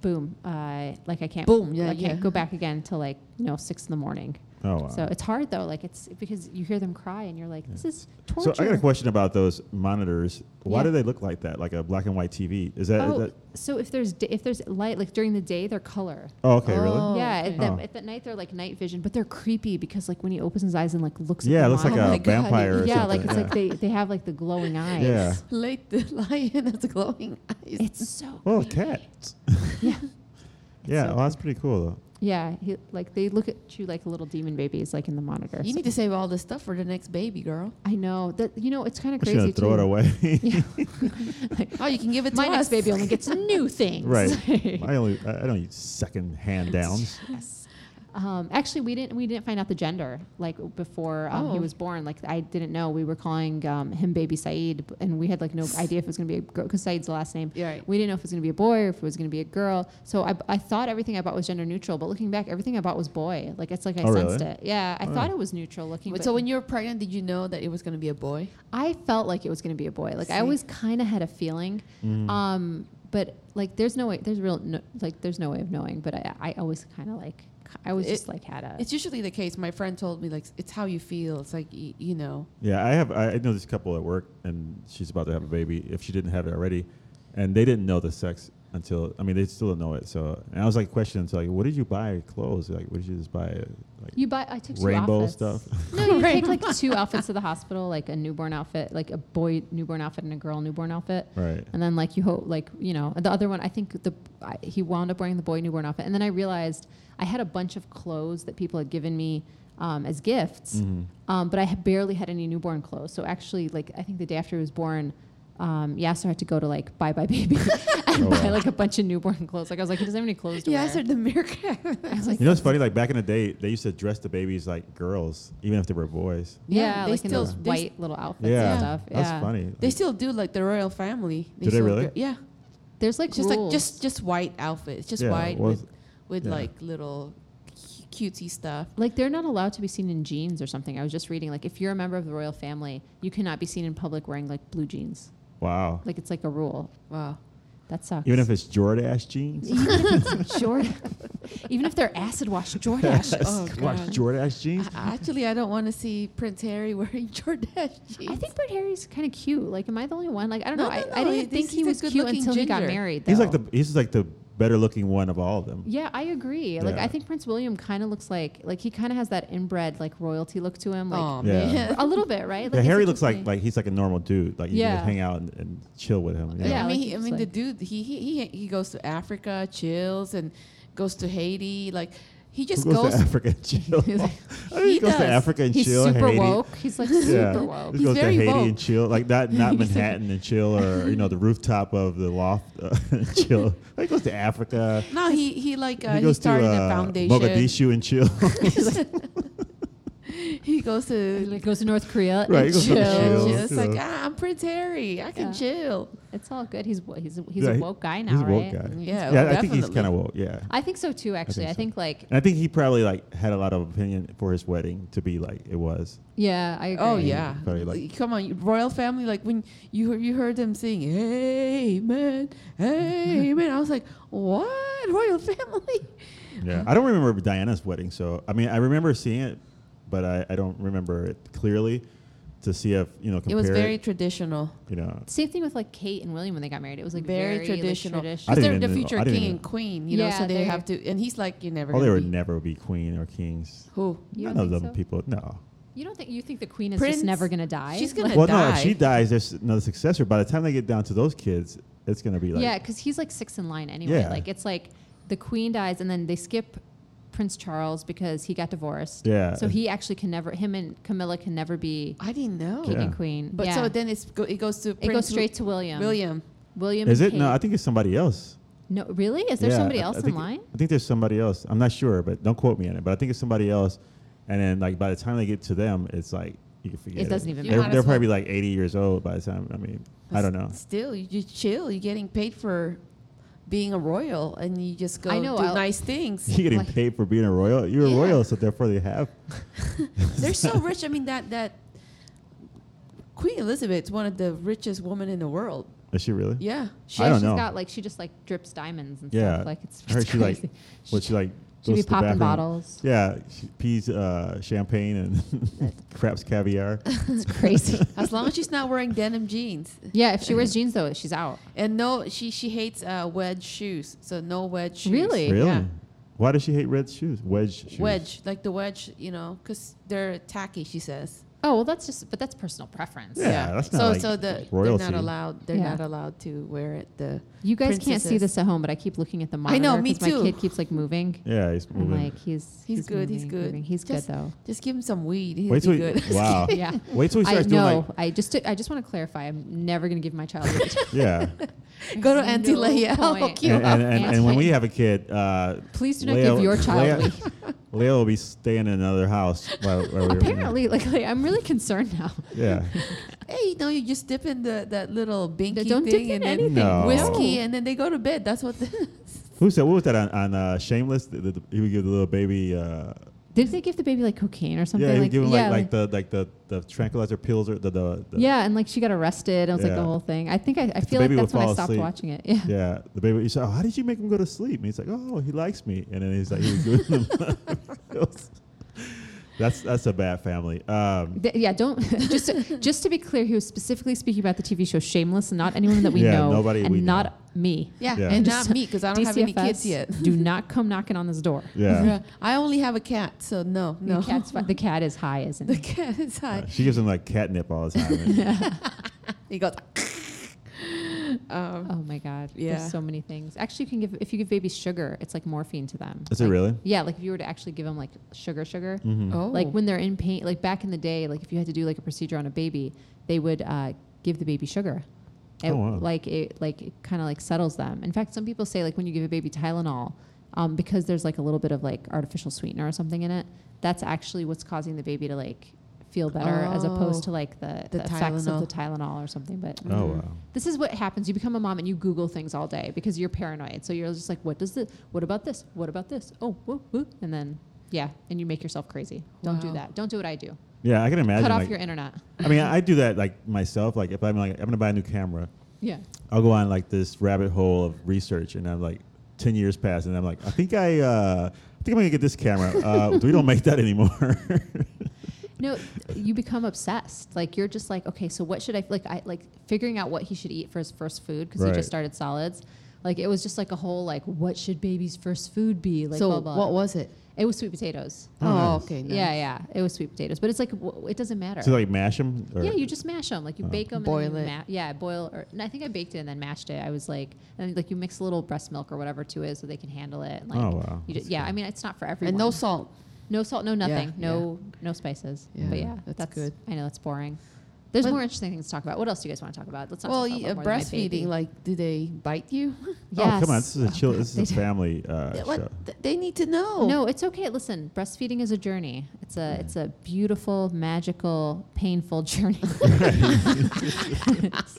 boom, uh, like I can't
Boom, yeah,
I can't
yeah.
go back again until like you know six in the morning.
Oh wow.
So it's hard though, like it's because you hear them cry and you're like, this is
So
torture.
I got a question about those monitors. Why
Yeah.
do they look like that? Like a black and white TV? Is that? is
Oh,
uh, that-
so if there's d- if there's light, like during the day, they're color.
oh, okay, really?
Oh,
yeah,
okay.
at, that,
Oh.
at that night they're like night vision, but they're creepy because like when he opens his eyes and like looks.
Yeah,
at
it
the
looks like
Oh
monitor-
a
my God,
vampire. or
yeah, like it's
something.
like they, they have like the glowing eyes.
Yeah.
Late the lion has glowing eyes.
it's so.
Oh,
creepy.
cats.
Yeah,
Yeah,
so
well, that's pretty cool though.
yeah. He, like they look at you like little demon babies, like in the monitor.
you
So-
need to save all this stuff for the next baby, girl.
I know that you know it's kind of
I'm just
crazy.
gonna throw
too.
it away.
Yeah. Like,
Oh, you can give it to
my
us.
next baby only gets new things.
right. I only I I don't use second hand downs.
Yes. Um, actually, we didn't we didn't find out the gender like before um, he
Oh.
was born. Like I didn't know we were calling um, him baby Saeed, b- and we had like no idea if it was going to be a girl because Saeed's the last name.
Yeah, right.
We didn't know if it was going to be a boy or if it was going to be a girl. So I, I thought everything I bought was gender neutral, but looking back, everything I bought was boy. Like it's like I
Oh,
sensed
really?
it. Yeah, I thought it was neutral looking.
Wait,
But
So when you were pregnant, did you know that it was going to be a boy?
I felt like it was going to be a boy. Like
See?
Mm.
I always kind of had a feeling. Um, But like, there's no way. There's real. No, like, there's no way of knowing. But I, I always kind of like. I always
It-
just like had a.
It's usually the case. My friend told me like it's how you feel. It's like y- you know.
Yeah, I have. I I know this couple at work, and she's about to have a baby. If she didn't have it already, and they didn't know the sex until I mean, they still don't know it. So, and I was like questioning, so like, what did you buy clothes? Like, what did you just buy? Like
you buy. I took two
rainbow
outfits.
stuff.
No, you take like two outfits to the hospital, like a newborn outfit, like a boy newborn outfit and a girl newborn outfit.
right.
And then like you hope like you know the other one I think the I, he wound up wearing the boy newborn outfit and then I realized I had a bunch of clothes that people had given me um, as gifts
Mm-hmm.
um, but I had barely had any newborn clothes so actually like I think the day after he was born um, Yasser had to go to like Bye Bye Baby and
Oh,
buy
wow.
like a bunch of newborn clothes like I was like he doesn't have any clothes to
Yeah, I
wear
said the miracle.
I was like
You know, it's funny. Like back in the day, they used to dress the babies like girls, even if they were boys.
yeah,
they
like
still
in those
they s-
white little outfits
Yeah,
and stuff
that's
yeah
funny.
They still do like the royal family.
Do they
still
really?
go- yeah,
there's like
it's just like
rules.
just just white outfits, just
Yeah,
white
well,
with with
yeah.
like little cu- cutesy stuff.
Like they're not allowed to be seen in jeans or something. I was just reading like if you're a member of the royal family, you cannot be seen in public wearing like blue jeans.
Wow.
Like it's like a rule.
Wow.
That sucks.
Even if it's Jordache jeans.
even if it's Jordan, even if they're acid washed Jordash.
Oh,
Watch
God.
Jordache jeans.
I- actually, I don't want to see Prince Harry wearing Jordache jeans.
I think Brett Harry's kind of cute. Like, am I the only one? Like, I don't
No,
know. I,
no,
I
no,
didn't
he's-
think he
he's a
was cute
good-looking
until he got
ginger.
married. Though.
He's like the he's like the better looking one of all of them.
Yeah, I agree. Like,
Yeah.
I think Prince William kind of looks like like he kind of has that inbred like royalty look to him. Like
oh
Yeah.
man.
a little bit, right?
Yeah,
is it
Harry
just
looks like
me?
like he's like a normal dude. Like you can
Yeah.
just hang out and, and chill with him. you know?
Yeah,
Yeah,
I mean,
like
he, I
it's
mean, the
like-
dude he, he he he goes to Africa, chills, and goes to Haiti. Like he just
Who goes,
goes.
to Africa and chill? I mean,
He
he goes to
does.
Africa and
He's
chill.
super
Haiti.
woke. He's like
Yeah,
super woke.
He
He's
goes to
very
Haiti
woke.
and chill, like not not
He's like-
Manhattan and chill, or you know the rooftop of the loft uh, and chill. He goes to Africa.
no, he he like uh,
he
he,
goes
started
to
a
uh,
foundation. Oh,
Mogadishu and chill.
He goes to
Like goes to North Korea.
Right, he
and
goes to
chills.
chill.
It's
you
like
know.
ah, I'm Prince Harry. I can
Yeah.
chill.
It's all good. He's wo- he's a- he's
Yeah,
a
he-
woke guy now,
he's a woke
right?
guy.
Yeah,
yeah, I think he's
definitely.
kind of woke. Yeah,
I think so too. Actually, I
so.
think, like
and I think he probably like had a lot of opinion for his wedding to be like it was.
yeah, I agree.
Oh yeah,
Probably like-
come on, you- royal family. Like when you heard- you heard them sing, "Hey man, hey man," I was like, "What royal family?"
Yeah, I don't remember Diana's wedding, so I mean, I remember seeing it, but I, I don't remember it clearly to see if you know
It
compare
was very traditional.
you know.
Same thing with like Kate and William when they got married. It was like
very,
like,
traditional.
I
Because
didn't
they're the
even-
future
I didn't
king
even-
and queen, you know,
Yeah,
so they
they're-
have to. And he's like, "You're never."
Oh, they
gonna
would
be-
never be queen or kings.
Who?
You
None
don't
of
think
them
so?
people. No.
You don't think you think the queen is
Prince-
just never gonna die?
she's gonna-
Well, no. If
die.
she dies, there's another successor. By the time they get down to those kids, it's gonna be like
yeah, because he's like six in line anyway.
Yeah.
Like it's like the queen dies and then they skip Prince Charles because he got divorced.
Yeah.
So he actually can never. Him and Camilla can never be
I didn't know.
king
Yeah.
and queen.
But
Yeah.
so then it's go, it goes to
it goes straight to William.
William.
William.
Is
and
it? No,
Kate.
I think it's somebody else.
No, really? Is there
Yeah,
somebody
I-
else
I
in
think-
line?
I think there's somebody else. I'm not sure, but don't quote me on it. But I think it's somebody else. And then, like by the time they get to them, it's like you can forget.
doesn't even
They're,
matter.
they're probably like 80 years old by the time. I mean, I don't know.
Still, you just chill. You're getting paid for being a royal, and you just go
I know,
do
I'll-
nice things.
You're getting
Like-
paid for being a royal. You're
Yeah.
a royal, so therefore they have.
They're so rich. I mean, that that Queen Elizabeth's one of the richest women in the world.
Is she really?
Yeah,
She,
I don't
she's
know.
got like she just like drips diamonds and
Yeah.
stuff. Like it's,
I heard
it's
she like.
crazy.
What she like?
She
goes
be
to the
popping
bathroom-
bottles.
Yeah, she pees uh, champagne and craps caviar.
It's crazy.
as long as she's not wearing denim jeans,
yeah, if she wears jeans though, she's out.
and no, she she hates uh, wedge shoes. So no wedge shoes.
Really?
Really?
Yeah.
Why does she hate red shoes? Wedge shoes.
Wedge, like the wedge, you know, because they're tacky. She says.
Oh well, that's just but that's personal preference.
Yeah. that's not
so
like
so the
royalty.
they're not allowed. They're
Yeah.
not allowed to wear it. The
You guys can't see
princesses.
this at home, but I keep looking at the
I
monitor.
know, me
'cause
too.
My kid keeps like moving.
Yeah, he's
I'm
moving.
like he's
He's good, he's
moving,
good.
moving. He's
Just-
good though.
Just give him some weed. He'll
Wait till
be
you,
good.
wow.
Yeah.
Wait till he
I
starts doing like
know. I just took, I just want to clarify. I'm never gonna give my child. a witch.
yeah.
Go to
No
Auntie Leia. I'll
point.
hook you
and,
up.
and, and, and when we have a kid, uh,
Please do not give your child. weed.
Leia, Leia will be staying in another house. While, while we're-
Apparently, like, like, I'm really concerned now.
yeah.
Hey, you know, you just dip in the that little binky
Don't dip
thing
in
and then
anything.
No.
Oh.
whiskey, and then they go to bed. That's what. The
Who said what was that on, on uh, Shameless? The, the, he would give the little baby uh,
Did they give the baby like cocaine or something?
yeah, he
like,
like, giving
yeah,
like, like the like the the tranquilizer pills or the the, the
yeah, and like she got arrested. I was like the
Yeah.
whole thing. I think I, I feel like
baby would
that's when I
fall
stopped
asleep.
watching it. Yeah.
Yeah, the baby. He said, "Oh, how did you make him go to sleep?" And he's like, "Oh, he likes me." And then he's like, he was giving him pills. That's that's a bad family. Um,
Th- yeah, don't just to, just to be clear, he was specifically speaking about the TV show Shameless, and not anyone that we
Yeah,
know,
nobody
and
we know.
not me.
Yeah,
Yeah.
and
Just-
not me because I don't have any
DCFS,
kids yet.
do not come knocking on this door.
yeah,
I only have a cat, so no, no.
The, cat's, fi- the cat is high, isn't
The
it?
cat is high.
she gives him like catnip all the time.
He goes. um,
Oh my god!
Yeah.
There's so many things. Actually, you can give if you give babies sugar, it's like morphine to them.
Is it
Like-
really? Mm-hmm.
Yeah, like if you were to actually give them like sugar, sugar.
oh,
Mm. Like when they're in pain, like back in the day, like if you had to do like a procedure on a baby, they would uh, give the baby sugar. It-
Oh, wow.
Like it, like it kind of like settles them. In fact, some people say like when you give a baby Tylenol, um, because there's like a little bit of like artificial sweetener or something in it, that's actually what's causing the baby to like feel better as
Oh.
opposed to like the,
The
the, effects
Tylenol.
of the Tylenol or something. But
Oh wow.
this is what happens. You become a mom and you Google things all day because you're paranoid. So you're just like, what does this? What about this? What about this? Oh, whoop, whoop. and then yeah, and you make yourself crazy. Don't do
Wow.
that. Don't do what I do.
Yeah, I can imagine.
Cut off
like-
your internet.
I mean, I do that like myself. Like if I'm like I'm gonna buy a new camera,
Yeah.
I'll go on like this rabbit hole of research, and I'm like, ten years pass, and I'm like, I think I, uh, I think I'm gonna get this camera. Uh, we don't make that anymore.
No, you become obsessed. Like you're just like, okay, so what should I like? I like figuring out what he should eat for his first food because he
Right.
just started solids. Like it was just like a whole like, what should baby's first food be? Like
so
blah blah.
what was it?
it was sweet potatoes.
Oh,
Oh,
nice.
okay. nice.
Yeah, yeah, it was sweet potatoes. But it's like w- it doesn't matter.
so like mash them.
Yeah, you just mash them.
Oh.
Like you bake 'em bake them,
Boil it.
Ma- yeah, boil. Or and I think I baked it and then mashed it. I was like, and like you mix a little breast milk or whatever to it so they can handle it. And, like,
Oh, wow.
You just,
That's
yeah,
good.
I mean it's not for everyone.
And no salt.
no salt, no nothing,
yeah.
no no spices.
Yeah,
but yeah,
that's
that's,
good.
I know that's boring. There's
But-
more interesting things to talk about. What else do you guys want to talk about? Let's not
Well,
talk about
y- uh,
more than my baby.
breastfeeding. Like, do they bite you?
Oh come on!
Yes.
This is a chill. This
They
is a
do.
family uh,
what?
show.
Th- They need to know.
No, it's okay. Listen, breastfeeding is a journey. It's a it's a beautiful, magical, painful journey. it's,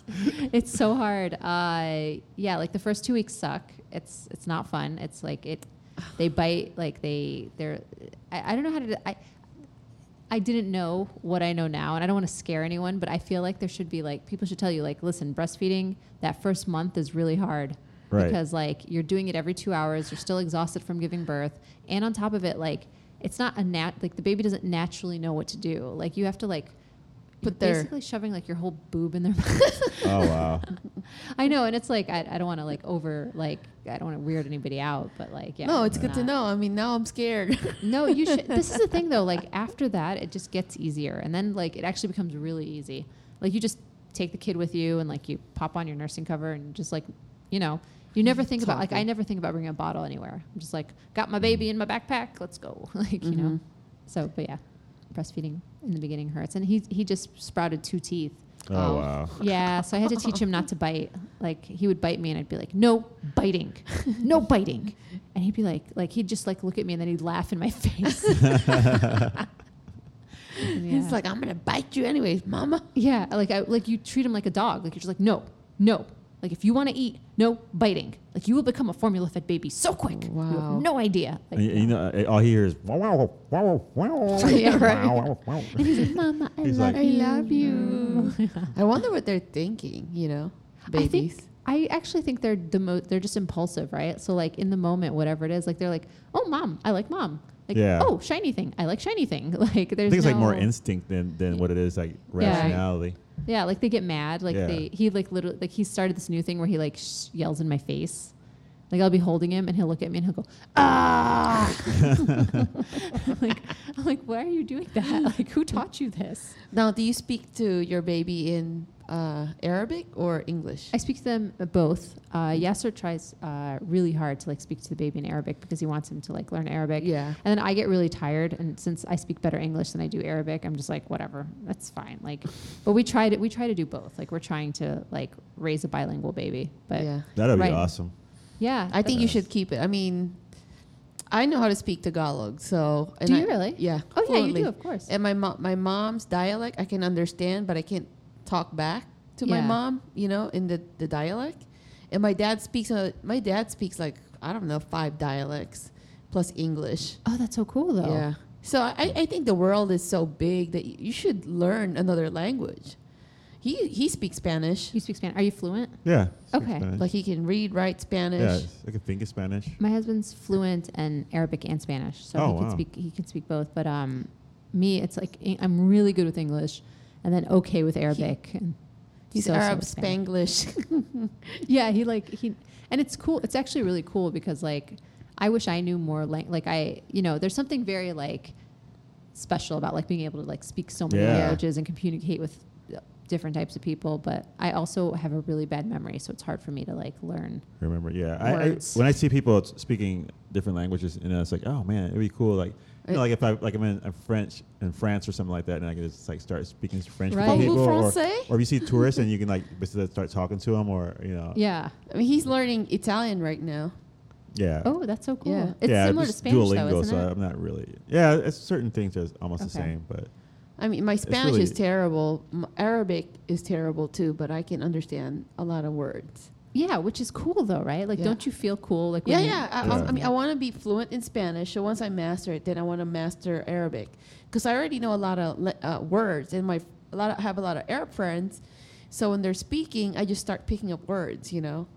it's so hard. Uh, yeah, like the first two weeks suck. It's it's not fun. It's like it. They bite. Like they they're. I, I don't know how to. d- I I didn't know what I know now, and I don't want to scare anyone, but I feel like there should be like people should tell you like, listen, breastfeeding that first month is really hard
Right.
because like you're doing it every two hours, you're still exhausted from giving birth, and on top of it, like it's not a nat like the baby doesn't naturally know what to do. Like you have to like
Put
you're
their-
basically shoving like your whole boob in their mouth.
Oh wow.
I know, and it's like I, I don't want to like over like I don't want to weird anybody out, but like yeah,
no, it's good to
not-
know. I mean, now I'm scared.
no, you should. This is the thing, though. Like after that, it just gets easier, and then like it actually becomes really easy. Like you just take the kid with you, and like you pop on your nursing cover, and just like, you know, you never think about like I
Totally.
never think about bringing a bottle anywhere. I'm just like got my baby in my backpack. Let's go. Like you know. So, but yeah, breastfeeding in the beginning hurts, and he he just sprouted two teeth.
Oh,
Oh.
wow.
Yeah, so I had to teach him not to bite. Like he would bite me, and I'd be like, "No biting, no biting," and he'd be like, like he'd just like look at me, and then he'd laugh in my face. yeah.
It's like I'm gonna bite you anyways, Mama.
yeah, like I, like you treat him like a dog. Like you're just like, no, no. Like if you want to eat, no biting. Like you will become a formula-fed baby so quick. You
Wow.
have no idea. Like,
And you, you know, uh, all he hears. Wow, wow, wow, wow, wow,
Yeah, right.
wow, wow, wow.
and he's like, Mama, I
He's
love
like-
I
you.
love you. I wonder what they're thinking. You know, babies.
I, think, I actually think they're the mo- they're just impulsive, right? So like in the moment, whatever it is, like they're like, oh mom, I like mom. Like
Yeah.
oh shiny thing, I like shiny thing. Like there's
I think it's like more
no-
instinct than, than what it is like rationality.
Yeah, like they get mad. Like
Yeah.
they he like literally like he started this new thing where he like sh- yells in my face. Like I'll be holding him and he'll look at me and he'll go ah. like I'm like, why are you doing that? Like who taught you this?
Now, do you speak to your baby in uh, Arabic or English?
I speak to them both. Uh, Yasser tries uh, really hard to like speak to the baby in Arabic because he wants him to like learn Arabic.
Yeah.
And then I get really tired, and since I speak better English than I do Arabic, I'm just like whatever, that's fine. Like, but we try to we try to do both. Like we're trying to like raise a bilingual baby. But yeah,
yeah,
That'd
Right.
be awesome.
I think you
Yes.
should keep it. I mean, I know how to speak Tagalog, so and
Do
I-
you really?
Yeah.
Oh yeah,
fluently.
you do of course.
And my mom, my mom's dialect, I can understand, but I can't talk back to my
Yeah.
mom. You know, in the, the dialect. And my dad speaks. Uh, my dad speaks like I don't know five dialects plus English.
oh, that's so cool though.
Yeah. So I, I think the world is so big that y- you should learn another language. He he speaks Spanish.
Mm-hmm.
You speak Spanish. Are you fluent?
Yeah. speak
Okay.
Spanish.
Like he can read, write
yeah,
Spanish.
I can think of Spanish.
My husband's fluent in Arabic and Spanish, so
Oh,
he can
wow.
speak he can speak both. But um, me, it's like I- I'm really good with English, and then okay with Arabic. and
He's
so, so
Arab
with Spanish.
Spanglish.
Yeah, he like he, and it's cool. It's actually really cool because like I wish I knew more. Like like I you know there's something very like special about like being able to like speak so many
Yeah.
languages and communicate with uh, different types of people. But I also have a really bad memory, so it's hard for me to like learn.
Remember, yeah. I, I
Words.
when I see people s- speaking different languages, and it's like, oh man, it'd be cool. Like, you know, like if I like I'm in I'm French in France or something like that, and I can just like start speaking French with
Right.
people, or,
Français?
or if you see tourists and you can like basically start talking to them, or you know,
Yeah.
I mean, he's learning Italian right now.
yeah.
Oh, that's so cool.
Yeah.
It's
yeah,
similar to
just
Spanish,
Duolingo,
though, isn't
so
it?
I'm not really. Yeah, it's certain things are almost the
Okay.
same, but
I mean, my Spanish
really-
is terrible. M- Arabic is terrible too, but I can understand a lot of words.
Yeah, which is cool though, right? Like,
Yeah.
don't you feel cool? Like,
Yeah,
when you-
yeah. I,
Yeah.
I mean, I want to be fluent in Spanish. So once I master it, then I want to master Arabic because I already know a lot of le- uh, words, and my a lot of, have a lot of Arab friends. So when they're speaking, I just start picking up words. You know.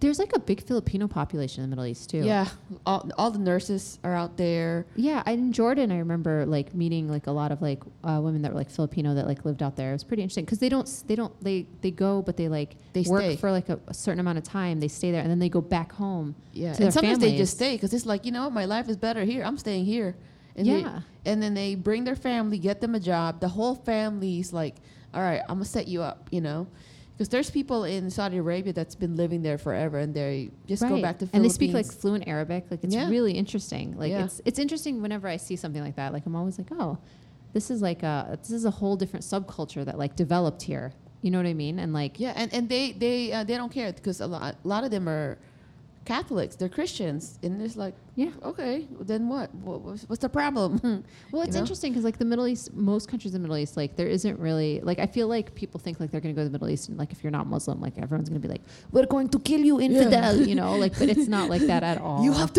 There's like a big Filipino population in the Middle East too.
Yeah. All, all the nurses are out there.
yeah. And in Jordan, I remember like meeting like a lot of like uh, women that were like Filipino that like lived out there. It was pretty interesting because they don't s- they don't they they go but they like
They
work
stay.
for like a, a certain amount of time. They stay there and then they go back home.
Yeah.
to their
And sometimes they
families.
just stay because it's like you know my life is better here. I'm staying here. And
Yeah.
They, and then they bring their family, get them a job. The whole family's like, all right, I'm gonna set you up. You know. Because there's people in Saudi Arabia that's been living there forever, and they just go
Right.
back to
and they
Philippines.
speak like fluent Arabic. Like it's
Yeah.
really interesting. Like
Yeah.
it's it's interesting whenever I see something like that. Like I'm always like, oh, this is like a this is a whole different subculture that like developed here. You know what I mean? And like
Yeah, and, and they they uh, they don't care because a lot a lot of them are Catholics. They're Christians, and it's like,
Yeah.
okay, then what? what what's, what's the problem?
Well, it's
know?
interesting because like the Middle East, most countries in the Middle East, like there isn't really like I feel like people think like they're going to go to the Middle East and like if you're not Muslim, like everyone's going to be like, we're going to kill you, infidel, you know, like but it's not like that at all.
to wear a
You have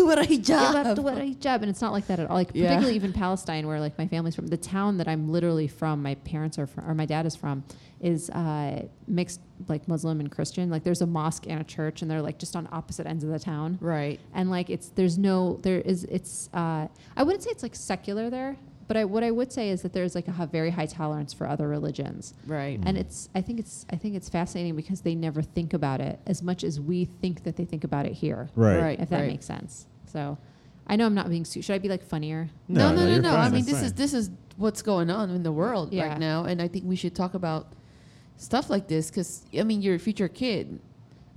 to wear a hijab, and it's not like that at all. Like
Yeah.
particularly even Palestine, where like my family's from, the town that I'm literally from, my parents are from, or my dad is from, is uh, mixed like Muslim and Christian. Like there's a mosque and a church, and they're like just on opposite ends of the town
Right.
and like it's there's no there is it's uh, I wouldn't say it's like secular there, but I, what I would say is that there's like a ha- very high tolerance for other religions,
Right.
and it's I think it's I think it's fascinating because they never think about it as much as we think that they think about it here,
right.
Right.
if that makes sense. So I know I'm not being su- should I be like funnier?
No, no, no,
you're
no.
fine,
I mean,
that's
this is
fine.
this is what's going on in the world
Yeah.
right now, and I think we should talk about stuff like this because I mean, you're a future kid.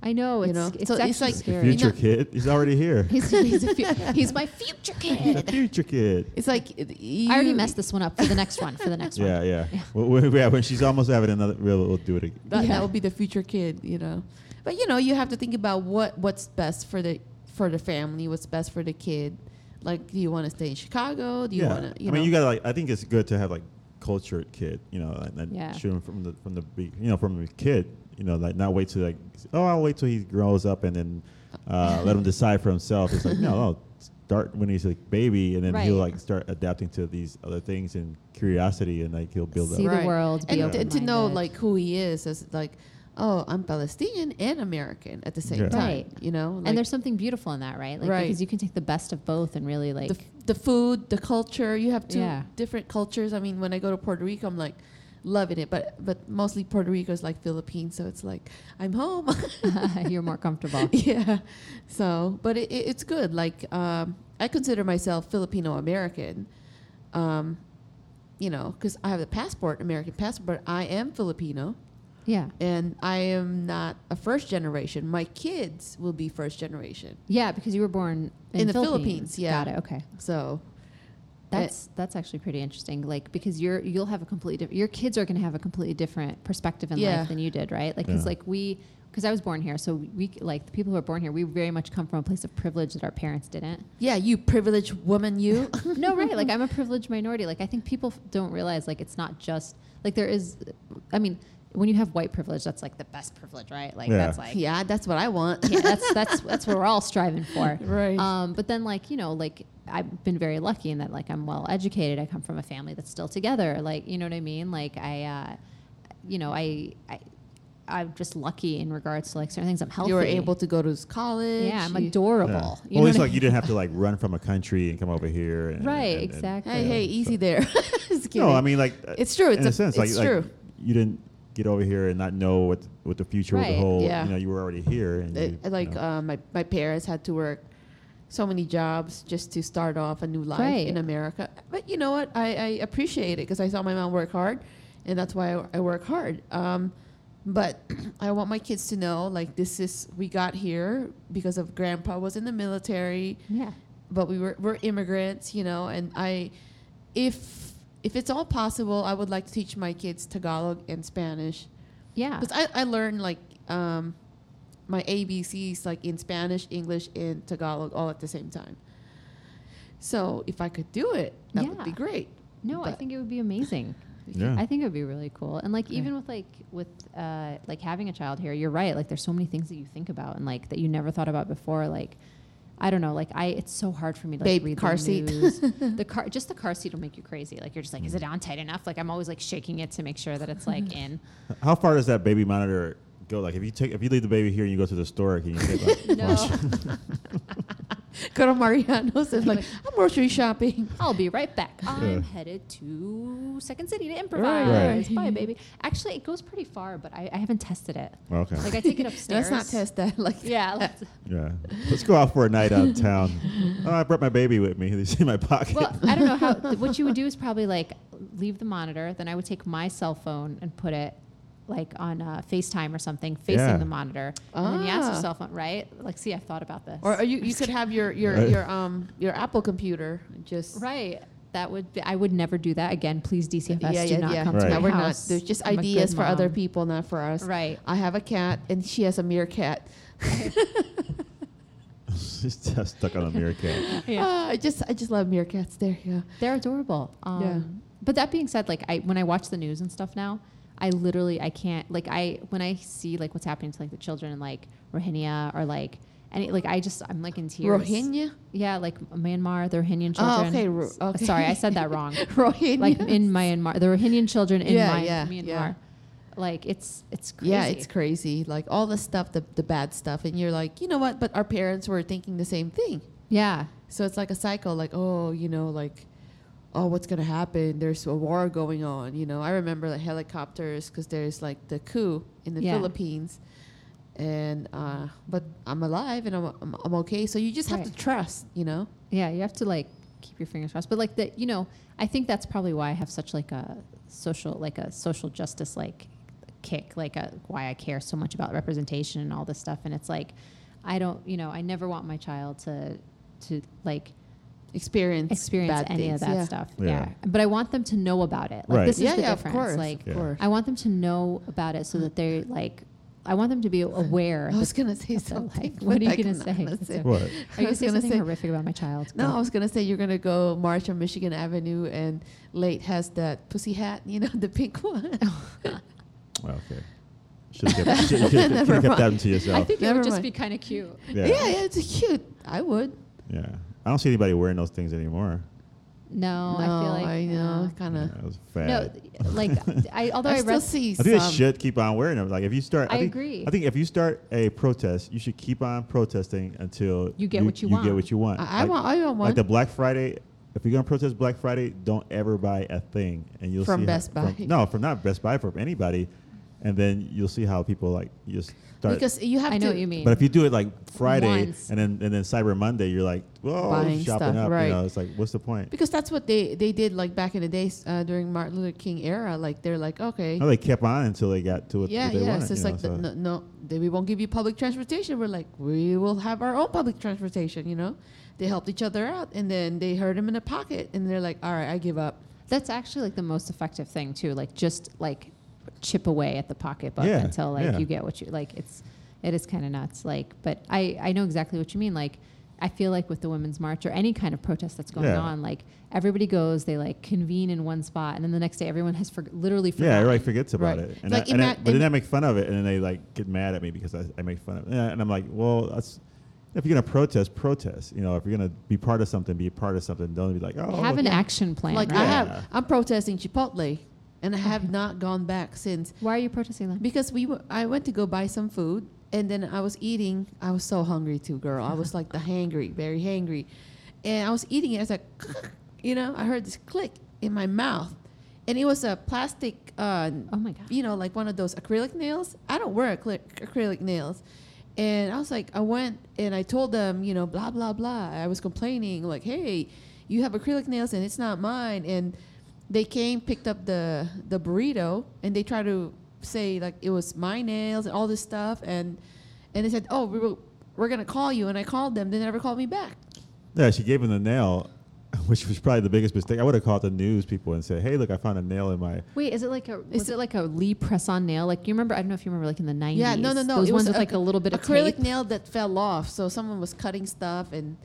I know it's
You know,
it's,
so it's
actually
like-
Your
scary.
you
future
know-
kid. He's already here.
he's, he's, a fu- he's my future
He's a
kid.
future kid.
It's like you,
I already messed this one up for the next one for the next
Yeah,
one.
yeah. Well, we- yeah, when she's almost having another, we'll, we'll do it again.
that,
Yeah.
that would be the future kid you know but you know you have to think about what what's best for the for the family what's best for the kid like do you want to stay in chicago do you want to you
I
know
mean, you gotta like. I think it's good to have like cultured kid. You know, and, and
Yeah.
shoot him from the from the be- you know from the kid. You know, like not wait till like oh I'll wait till he grows up and then uh, let him decide for himself. It's like no, no, start when he's like baby and then he'll
Right.
like start adapting to these other things and curiosity and like he'll build
See
up.
the world, be
and, and to know
open-minded.
like who he is as like oh i'm palestinian and american at the same
Yeah.
time
Right.
you know like
and there's something beautiful in that, right? Like
Right.
because you can take the best of both and really like
the, f- the food the culture you have two
Yeah.
different cultures i mean when i go to puerto rico i'm like loving it but but mostly puerto rico is like philippines so it's like i'm home
you're more comfortable.
yeah so but it, it, it's good like um, i consider myself filipino american um, you know because i have a passport american passport i am filipino
Yeah.
and i am not a first generation my kids will be first generation
Yeah, because you were born in,
In the Philippines, yeah.
Got it. Okay.
so
That's that's actually pretty interesting. Like because you're you'll have a completely different. Your kids are going to have a completely different perspective in
Yeah.
life than you did, right? Like because
Yeah.
like we because I was born here, so we like the people who are born here, we very much come from a place of privilege that our parents didn't.
yeah you privileged woman you
no, right? Like I'm a privileged minority. Like I think people f- don't realize like it's not just like there is. I mean, when you have white privilege, that's like the best privilege, right? Like
Yeah.
that's like
yeah that's what i want
yeah, that's that's that's what we're all striving for.
Right.
Um, but then like you know like I've been very lucky in that like I'm well educated. I come from a family that's still together. Like you know what I mean. Like I, uh, you know, I, I, I'm just lucky in regards to like certain things. I'm healthy.
You were able to go to college.
Yeah, I'm
you-
adorable.
Yeah. Well,
know
it's
what I
like you didn't have to like run from a country and come over here. And,
Right,
and- and-
exactly.
Hey,
Yeah,
hey,
so-
easy there. Just
No,
kidding.
I mean like uh,
It's true. It's
in a,
a-
sense,
it's
like,
true.
like you didn't get over here and not know what what the future would
Right,
hold.
yeah.
You know, you were already here. And
Uh,
you,
like
you know.
uh, my, my parents had to work so many jobs just to start off a new life
Right.
in America. But you know what? I, I appreciate it because I saw my mom work hard, and that's why I, I work hard. Um, but I want my kids to know like this is we got here because of grandpa was in the military
yeah.
but we were we're immigrants, you know, and I if if it's all possible, I would like to teach my kids Tagalog and Spanish
Yeah.
because I, I learned like um, my ABCs like in Spanish, English, and Tagalog all at the same time. So if I could do it, that would be
Yeah.
great.
No, I
But-
think it would be amazing.
Yeah.
I think it would be really cool. And like even with like with uh, like having a child here, you're right. Like there's so many things that you think about and like that you never thought about before. Like I don't know. Like I, it's so hard for me to like,
Babe,
read
car
the
seat.
news. the car, just the car seat will make you crazy. Like you're just like, is it Mm. on tight enough? Like I'm always like shaking it to make sure that it's like in.
uh,
how far does that baby monitor go? Like if you take if you leave the baby here and you go to the store, can you take like,
No,
Go to Mariano's and like I'm grocery shopping.
I'll be right back.
Yeah.
I'm headed to Second City to improvise.
Right.
Bye, baby. Actually, it goes pretty far, but I, I haven't tested it.
Okay.
Like I take it
Let's
upstairs.
not test that. Like
Yeah. Let's,
yeah. Let's go out for a night out of town. oh, I brought my baby with me. He's in my pocket.
Well, I don't know how. th- what you would do is probably like leave the monitor. Then I would take my cell phone and put it like on uh, FaceTime or something, facing
Yeah.
the monitor. And then you ask
Ah.
your cell phone, right? Like, see, I've thought about this.
or, or you, you could have your your,
Right.
your um your Apple computer just
right. That would be, I would never do that again. Please, DCFS,
yeah,
do
yeah,
not
yeah.
come
Right.
to
No,
my
we're
house.
not. There's just
I'm a good
ideas for other
mom.
people, not for us.
Right.
I have a cat, and she has a meerkat.
She's just stuck on a meerkat.
Yeah.
Ah, I just, I just love meerkats. There, yeah.
They're adorable. Um,
Yeah.
But that being said, like I when I watch the news and stuff now, I literally I can't like I when I see like what's happening to like the children in like Rohingya or like any like I just I'm like in tears.
Rohingya.
Yeah, like Myanmar, the Rohingyan
Oh,
children.
okay, Ro-
S- uh,
okay.
Sorry, I said that wrong.
Rohingya.
like in Myanmar, the Rohingyan children in
Yeah,
Mi-
yeah,
Myanmar.
yeah.
Like it's it's crazy.
yeah, it's crazy. Like all the stuff, the the bad stuff, and you're like, you know what? But our parents were thinking the same thing.
yeah.
So it's like a cycle. Like, oh, you know, like, oh, what's gonna happen? There's a war going on. You know, I remember the helicopters because there's like the coup in the
Yeah.
Philippines, and uh, but I'm alive and I'm I'm, I'm okay. So you just have
Right.
to trust. You know.
Yeah, you have to like keep your fingers crossed. But like the you know, I think that's probably why I have such like a social like a social justice like kick, like a, why I care so much about representation and all this stuff. And it's like I don't, you know, I never want my child to to like
Experience
experience
bad
any
things.
of that
yeah.
stuff.
Yeah.
Yeah. But I want them to know about it. Like
Right.
this is
yeah,
the
yeah,
difference.
of course,
like
Yeah.
of course.
I want them to know about it so that they're like I want them to be aware.
I
that-
was gonna say
of the
something.
life. What
but
are you
I
gonna
cannot
say?
That's
It's
it.
okay.
what?
are you
I
going
was
to say
gonna
something
say-
horrific about my child?
No, I was gonna say you're gonna go march on Michigan Avenue, and late has that pussy hat, you know, the pink one.
Oh.
Well, okay. Should have kept, should've kept,
Never
should've kept that
mind.
to
I
yourself.
think it
Never
would just
mind.
be kind of cute.
yeah.
yeah, yeah, it's cute. I would.
Yeah. I don't see anybody wearing those things anymore.
No, Oh, I
No,
feel like
I know, kind
Yeah,
of.
that was a fad.
no, th- like I although I,
I still
read
see
I
some.
think they should keep on wearing them. Like if you start, I,
I
think,
agree.
I think if you start a protest, you should keep on protesting until
You get what you
get
want.
what you want.
I, I
Like-
want. I want one.
Like the Black Friday. If you're gonna protest Black Friday, don't ever buy a thing, and you'll
From
see
Best
how,
Buy.
From, no, from not Best Buy, from anybody, and then you'll see how people like you just start.
because you have
I know
to.
what you mean.
but if you do it like Friday
Once.
and then and then Cyber Monday, you're like, whoa,
Buying
shopping
stuff,
up.
right.
You know, it's like, what's the point?
Because that's what they they did like back in the days uh, during Martin Luther King era. Like they're like, okay,
No, they kept on until they got to what,
yeah,
what they
yeah.
wanted.
so it's
you know,
like
so-
the, no, no they, we won't give you public transportation. We're like, we will have our own public transportation. You know, they helped each other out, and then they hurt him in the pocket, and they're like, all right, I give up.
that's actually like the most effective thing too. Like just like chip away at the pocketbook
Yeah,
until like
yeah.
you get what you like. It's it is kind of nuts. Like, but I I know exactly what you mean. Like. I feel like with the women's march or any kind of protest that's going
Yeah.
on, like everybody goes, they like convene in one spot, and then the next day everyone has for- literally forgotten.
Yeah, everybody forgets about
Right.
it. And,
Like,
I, and I-
ima-
but then
ima-
I make fun of it, and then they like get mad at me because I, I make fun of it. And I'm like, well, that's If you're gonna protest, protest. You know, if you're gonna be part of something, be part of something. Don't be like, oh,
have
what
an
the-
action plan.
Like
right?
I
Yeah.
have, I'm protesting Chipotle, and I have not gone back since
Why are you protesting that?
because we. w- I went to go buy some food, and then I was eating. I was so hungry too, girl. I was like the hangry, very hangry, and I was eating it. I was like, you know, I heard this click in my mouth, and it was a plastic. Uh,
Oh my god.
you know, like one of those acrylic nails. I don't wear acrylic, acrylic nails. And I was like, I went and I told them, you know, blah, blah, blah. I was complaining, like, hey, you have acrylic nails and it's not mine. And they came, picked up the, the burrito, and they tried to say, like, it was my nails and all this stuff. And, and they said, oh, we were, we're going to call you. And I called them. They never called me back.
Yeah, she gave him the nail, which was probably the biggest mistake. I would have called the news people and said, "Hey, look, I found a nail in my."
Wait, is it like a
Is
was it like a Lee press on nail? Like you remember? I don't know if you remember, like in the nineties.
Yeah, no, no, no.
Those
it
ones
was
with like a little bit of
acrylic
tape.
nail that fell off. So someone was cutting stuff, and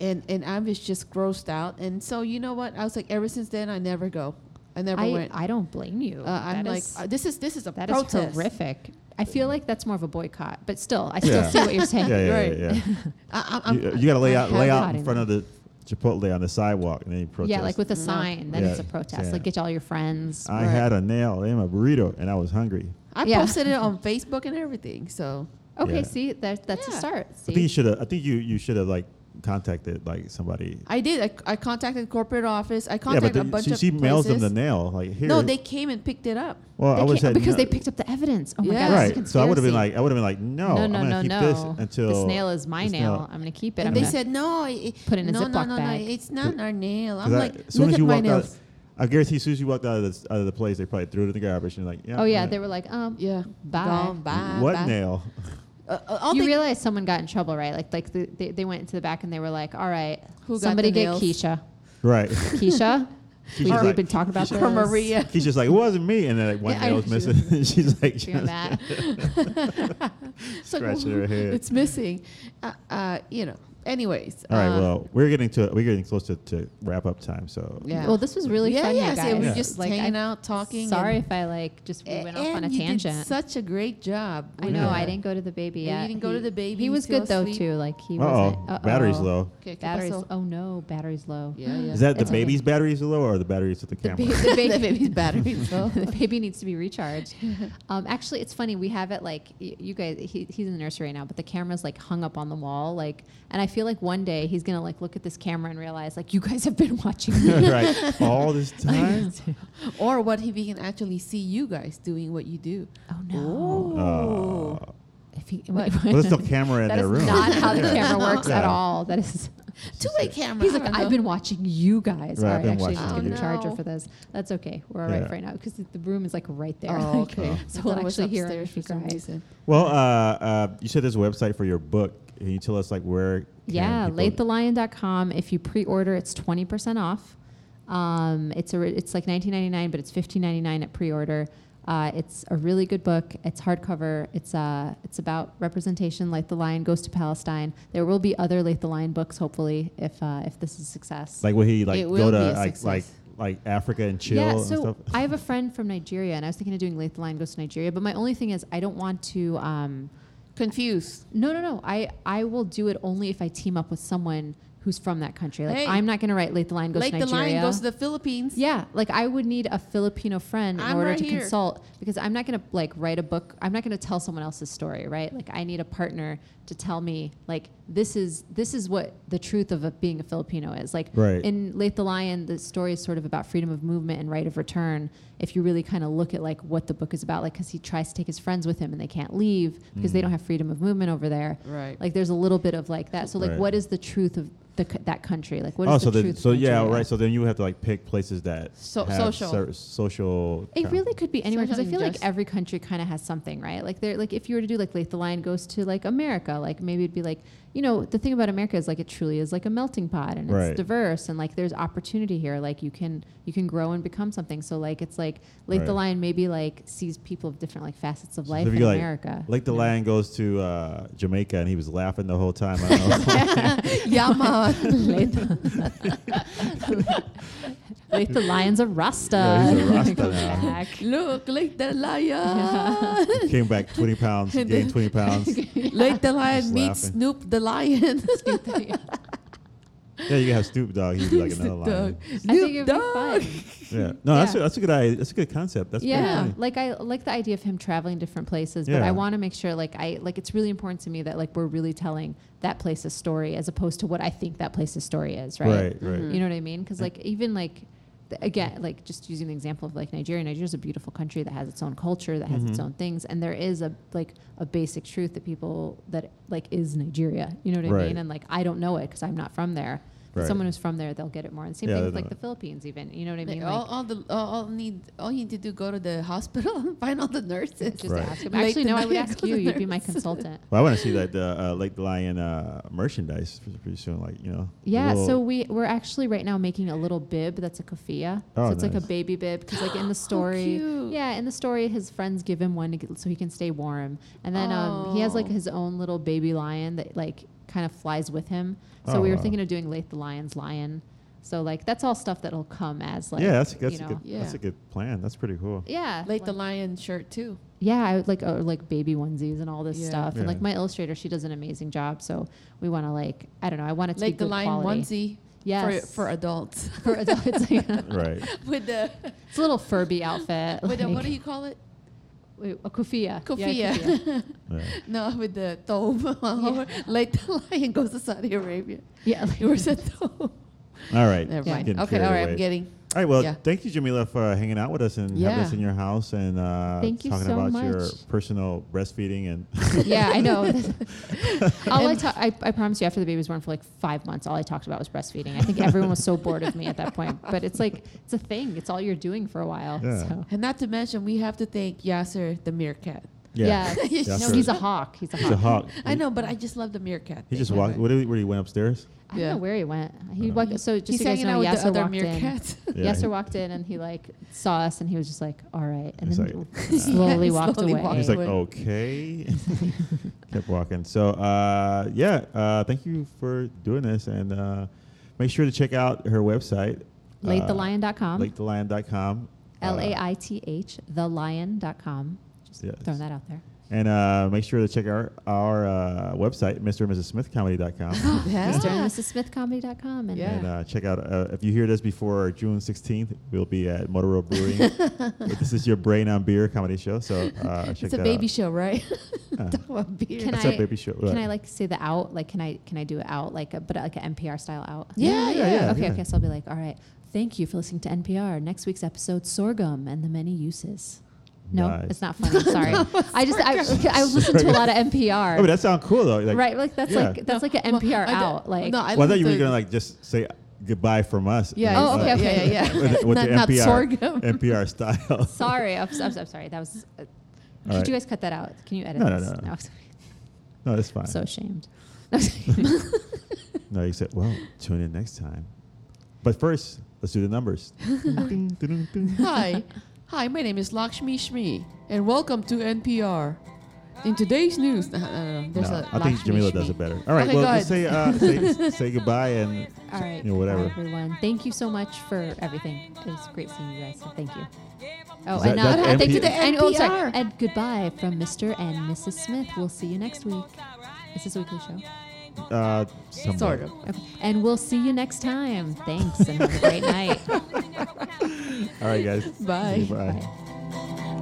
and and I was just grossed out. And so you know what? I was like, ever since then, I never go. I never
I,
went.
I don't blame you.
uh, I'm
That
like,
is-
uh, this is this is a
That is
protest.
horrific. I feel like that's more of a boycott, but still, I still
Yeah.
see what you're
Yeah,
saying.
yeah, yeah. yeah.
I, I, I'm,
you, you got to lay
I
out, lay
have
out
caught
in
it.
front of the Chipotle on the sidewalk, and then you protest.
Yeah, like with a sign, then
Yeah,
it's a protest.
yeah.
Like get all your friends.
I
We're-
had a nail in my burrito, and I was hungry.
I
Yeah.
posted it on Facebook and everything. So
okay,
Yeah.
see that that's a
Yeah.
start.
I think you
See,
should have. I think you you should have like contacted like somebody.
I did. I, I contacted corporate office. I
yeah, but
contacted
the-
a bunch
she,
of
she mails them
places.
the nail. Like here.
no, they came and picked it up.
Well,
They
I would
can't-
have said
because
no.
they picked up the evidence. Oh my
Yeah.
god,
Right.
This is a
so I would have been
conspiracy.
like, I would have been like, no,
no,
I'm
no,
gonna
no,
keep
no.
this until
this nail is my
this
nail. I'm gonna keep it. I'm
And they
gonna-
said no. It,
Put it in a
no, no,
Ziploc
no,
bag.
No, it's not our nail. I'm
'Cause I-
like,
as soon
look
as
at
you
my
walked
nails.
out, I guarantee as soon as you walked out of the, out of the place, they probably threw it in the garbage and like, yeah.
oh yeah,
all
they
right.
were like, um,
Yeah.
Bye.
Gone, bye.
What
bye.
nail?
Uh, uh, all
you
they-
realize someone got in trouble, right? Like, like the, they, they went into the back and they were like, all right,
Who got
somebody
the
get
nails?
Keisha.
right.
Keisha, we,
Keisha's
have
like-
been talking about this.
or Maria.
He's just like, it wasn't me. And then like, one
Yeah, I
nail was
know.
missing. and she's like,
Doing that.
It's like,
Scratching her head.
It's missing. Uh, uh, you know. Anyways.
all right,
uh,
well, we're getting to we're getting close to, to wrap up time. So
Yeah.
Well, this was really
yeah,
fun,
yeah.
you
see,
guys.
we
Yeah.
just
like,
hanging
I-
out, talking.
Sorry
and,
if I like just we went off
and
on a
you did
tangent.
such a great job.
I know
Yeah.
I didn't go to the baby
And you
yet.
didn't go
He-
to the baby,
He
he's
was
still
good though
asleep.
too. Like he
Uh-oh,
wasn't. Uh-oh.
battery's low.
Okay, ¿qué
Batteries.
pasó?
Oh no, battery's low.
Yeah, yeah.
Is that the
It's okay.
baby's batteries are low or the batteries of the
The,
camera?
ba- the
the
baby.
baby's battery low.
the baby needs to be recharged. Um, actually, it's funny. We have it like y- you guys. He, he's in the nursery right now, but the camera's like hung up on the wall. Like, and I feel like one day he's gonna like look at this camera and realize like you guys have been watching me.
right. All this time.
or what if he can actually see you guys doing what you do?
oh
Uh,
no!
well,
If he,
What?
Uh, there's no camera in
that
their
is
room.
not how the camera works at
Yeah.
all. That is.
Two-way camera.
He's
I
like,
don't
I've
know.
been watching you
Right,
guys.
I've
All right,
been
actually,
watching
just
you.
get a charger
No.
for this. That's okay. We're all right
Yeah.
for right now because the room is like right there.
Oh,
like,
okay.
So
I
we'll
thought it was
actually hear him
upstairs
if he
for some
cries.
reason.
Well, uh, uh, you said there's a website for your book. Can you tell us like where? can
Yeah,
people-
lathelion.com. If you pre-order, it's 20% off. Um, it's a, it's like 19.99, but it's 15.99 at pre-order. Uh, it's a really good book. It's hardcover. It's uh, it's about representation. Light the Lion goes to Palestine. There will be other Light the Lion books, hopefully, if uh, if this is a success.
Like will he like
It
go
will
to
be a
like
success.
like like Africa and chill
yeah,
and
so
stuff?
I have a friend from Nigeria, and I was thinking of doing Late the Line Goes to Nigeria, but my only thing is I don't want to. Um,
Confused.
no, no, no. I, I will do it only if I team up with someone who's from that country. Like
Hey.
I'm not going to write Late the Line Goes
Like
to
the
Nigeria.
lion goes to the Philippines.
yeah, like I would need a Filipino friend in
I'm
order
right
to
here.
consult because I'm not going to like write a book. I'm not going to tell someone else's story, right? Like I need a partner to tell me like this is this is what the truth of a, being a Filipino is. Like
Right.
in in Late the Lion, the story is sort of about freedom of movement and right of return. If you really kind of look at like what the book is about, like because he tries to take his friends with him and they can't leave because
Mm.
they don't have freedom of movement over there.
Right.
Like there's a little bit of like that. So like,
Right.
what is the truth of the, c- that country? Like what is
Oh, so
the
then,
truth? of
so yeah,
Nigeria?
right. So then you have to like pick places that
So-
have
social.
cer- social.
It
kind-
really could be anywhere because I
Social
feel like
injustice.
every country kind of has something, right? Like they're like if you were to do like Late the Lion goes to like America, like maybe it'd be like you know the thing about America is like it truly is like a melting pot and
Right.
it's diverse and like there's opportunity here. Like you can you can grow and become something. So like it's like Late
Right.
the Lion maybe like sees people of different like facets of
So
life
if
in
you, like,
America.
Like the lion goes to uh, Jamaica and he was laughing the whole time. I don't know.
Yama.
Late- Like the Lions of Rasta.
Yeah, he's a Rasta
Come
now.
back.
Look, like the lion.
Came back 20 pounds,
And
gained 20 pounds.
Like the lion
Just
meets
laughing.
Snoop the lion.
Yeah, you can have Snoop Dogg. He'd be like another lion.
Snoop Dogg.
I think
Snoop
it'd be fun.
Dogg.
Yeah. No, that's, a,
Yeah.
that's a good idea. That's a good concept. That's pretty
yeah,
funny.
like I like the idea of him traveling different places, but
Yeah.
I want to make sure like I like it's really important to me that like we're really telling that place's story as opposed to what I think that place's story is, right? Mm-hmm.
Right, right.
You know what I mean? Because like even like th- again like just using the example of like Nigeria, Nigeria is a beautiful country that has its own culture, that has
Mm-hmm.
its own things, and there is a like a basic truth that people that like is Nigeria. You know what I
Right.
mean? And like I don't know it because I'm not from there. But
Right.
someone who's from there, they'll get it more. And same
Yeah,
thing
they
with like
know
the
it.
Philippines, even. You know what I
Like
mean?
all, all the all, all need all you need to do go to the hospital and find all the nurses.
just
Right.
ask him.
Like
Actually,
the
no, I would
Niagara
ask you. You'd be my
Nurse.
consultant.
Well, I want to see that uh, uh, Lake the Lion uh, merchandise pretty- pretty soon. Like, you know. the
Yeah,
little-
so we we're actually right now making a little bib that's a kofia.
Oh,
so it's like
nice.
a baby bib because like in the story,
cute.
yeah, in the story his friends give him one to get, so he can stay warm. And then um, he has like
Oh.
his own little baby lion that like kind of flies with him. So
Oh,
we were
wow.
thinking of doing Late the Lion's Lion. So like that's all stuff that'll come as like
yeah, that's, that's,
you
a
know.
good, that's
Yeah.
a good plan. That's pretty cool.
yeah,
like the lion shirt too.
yeah, I would like uh, like baby onesies and all this
Yeah.
stuff. And like
Yeah.
my illustrator, she does an amazing job. So we want to like I don't know, I want it to
Like
be
the
good
lion
quality.
onesie for
Yes.
for adults.
For adults, yeah.
Right.
with the
It's a little Furby outfit.
with the,
like-
what do you call it?
wait, a kufia.
Kofia.
Yeah, kufia.
Yeah.
No, with the tobe. like the lion goes to Saudi Arabia.
yeah like,
You were said tobe.
All right.
Never
Yeah.
mind.
Getting
Okay,
carried
all right, I'm
away.
getting
All right. Well,
Yeah.
thank you, Jamila, for uh, hanging out with us and having us
Yeah.
in your house and uh,
Thank you
talking
so
about your
much.
personal breastfeeding and
yeah, I know. all I, ta- I, I promise you, after the baby was born for like five months, all I talked about was breastfeeding. I think everyone was so bored of me at that point. But it's like, it's a thing. It's all you're doing for a while.
Yeah.
So.
and not to mention we have to thank Yasser the meerkat.
Yeah.
Yeah,
no,
sure.
he's a hawk. He's a
He's
hawk.
a hawk.
I know, but I just love the meerkat.
He
thing.
just walked. What did he, where he went upstairs?
I don't
Yeah.
know where he went. He
Yeah.
walked, so just
He's
so you guys
hanging
know,
out with
Yasser
the other
walked in.
meerkat.
Yeah,
Yasser
he-
walked in and he like saw us and he was just like, all right. And
He's
then
like,
slowly
Yeah,
walked
slowly
away.
walked
He's like, oh.
Would-
okay. Kept walking. So, uh, yeah, uh, thank you for doing this. And uh, make sure to check out her website.
LateTheLion.com.
Uh, LateTheLion.com.
L A
Uh,
I T H, thelion.com. Just
Yes.
throwing that out there.
And uh, make sure to check our, our uh, website, Mr. and Mrs. Smith Comedy.com.
Yeah.
Mr. and Mrs. Smith Comedy.com. And
Oh, Yeah.
And uh, check out, uh, if you hear this before June 16th, we'll be at Motorola Brewing. this is your Brain on Beer comedy show. So uh, check
It's
that Uh,
a baby
out.
show, right?
Yeah.
Talk about beer.
Can
That's
I-
a baby show.
Can I like say the out? Like, can I can I do it out? Like, a, but like an NPR style out?
Yeah, Yeah, yeah, yeah, yeah.
okay,
yeah.
okay. So I'll be like, all right, thank you for listening to NPR. Next week's episode, sorghum and the many uses. No,
Nice.
it's not funny. Sorry, I just I, I listen to a lot of NPR.
I mean, that sounds cool though. Like,
right, like that's
Yeah.
like that's like an NPR out. Like,
no, I
well, I thought
listen
you were
to-
gonna like just say goodbye from us.
Yeah.
Oh,
uh,
okay, okay.
Yeah, yeah, yeah.
With, with
not,
the
not
NPR,
sorghum.
NPR style.
sorry, I'm, I'm, I'm sorry. That was. Uh, could
right.
you guys cut that out? Can you edit?
No, no,
this?
no, no. no, that's fine.
I'm so ashamed. No, I'm just kidding.
no, you said, well, tune in next time. But first, let's do the numbers. Ding, ding, ding.
Hi. Hi, my name is Lakshmi Shmi, and welcome to NPR. In today's news, no, no, no, there's
No,
a
I think
Lakshmi
Jamila does
Shmi.
it better. All right,
Okay,
well,
go
let's say, uh, say say goodbye and
All right.
you know whatever.
everyone. Thank you so much for everything. It was great seeing you guys. So thank you. Oh,
Is that-
and
that's
uh, thank
NPR?
you to and, oh, sorry.
NPR.
And goodbye from Mr. and Mrs. Smith. We'll see you next week. Is this a weekly show?
Uh, somewhat.
Sort of.
Okay. And we'll see you next time. Thanks and have a great night.
All right, guys.
Bye.
Bye.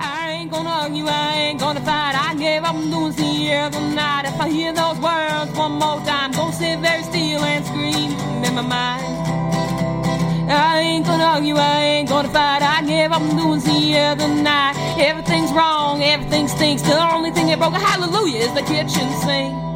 I ain't gonna argue, I ain't gonna fight. I gave up and losing here tonight. If I hear those words one more time, gonna sit very still and scream in my mind. I ain't gonna argue, I ain't gonna fight. I gave up and losing here tonight. Everything's wrong, everything stinks. The only thing that broke a hallelujah is the kitchen sink.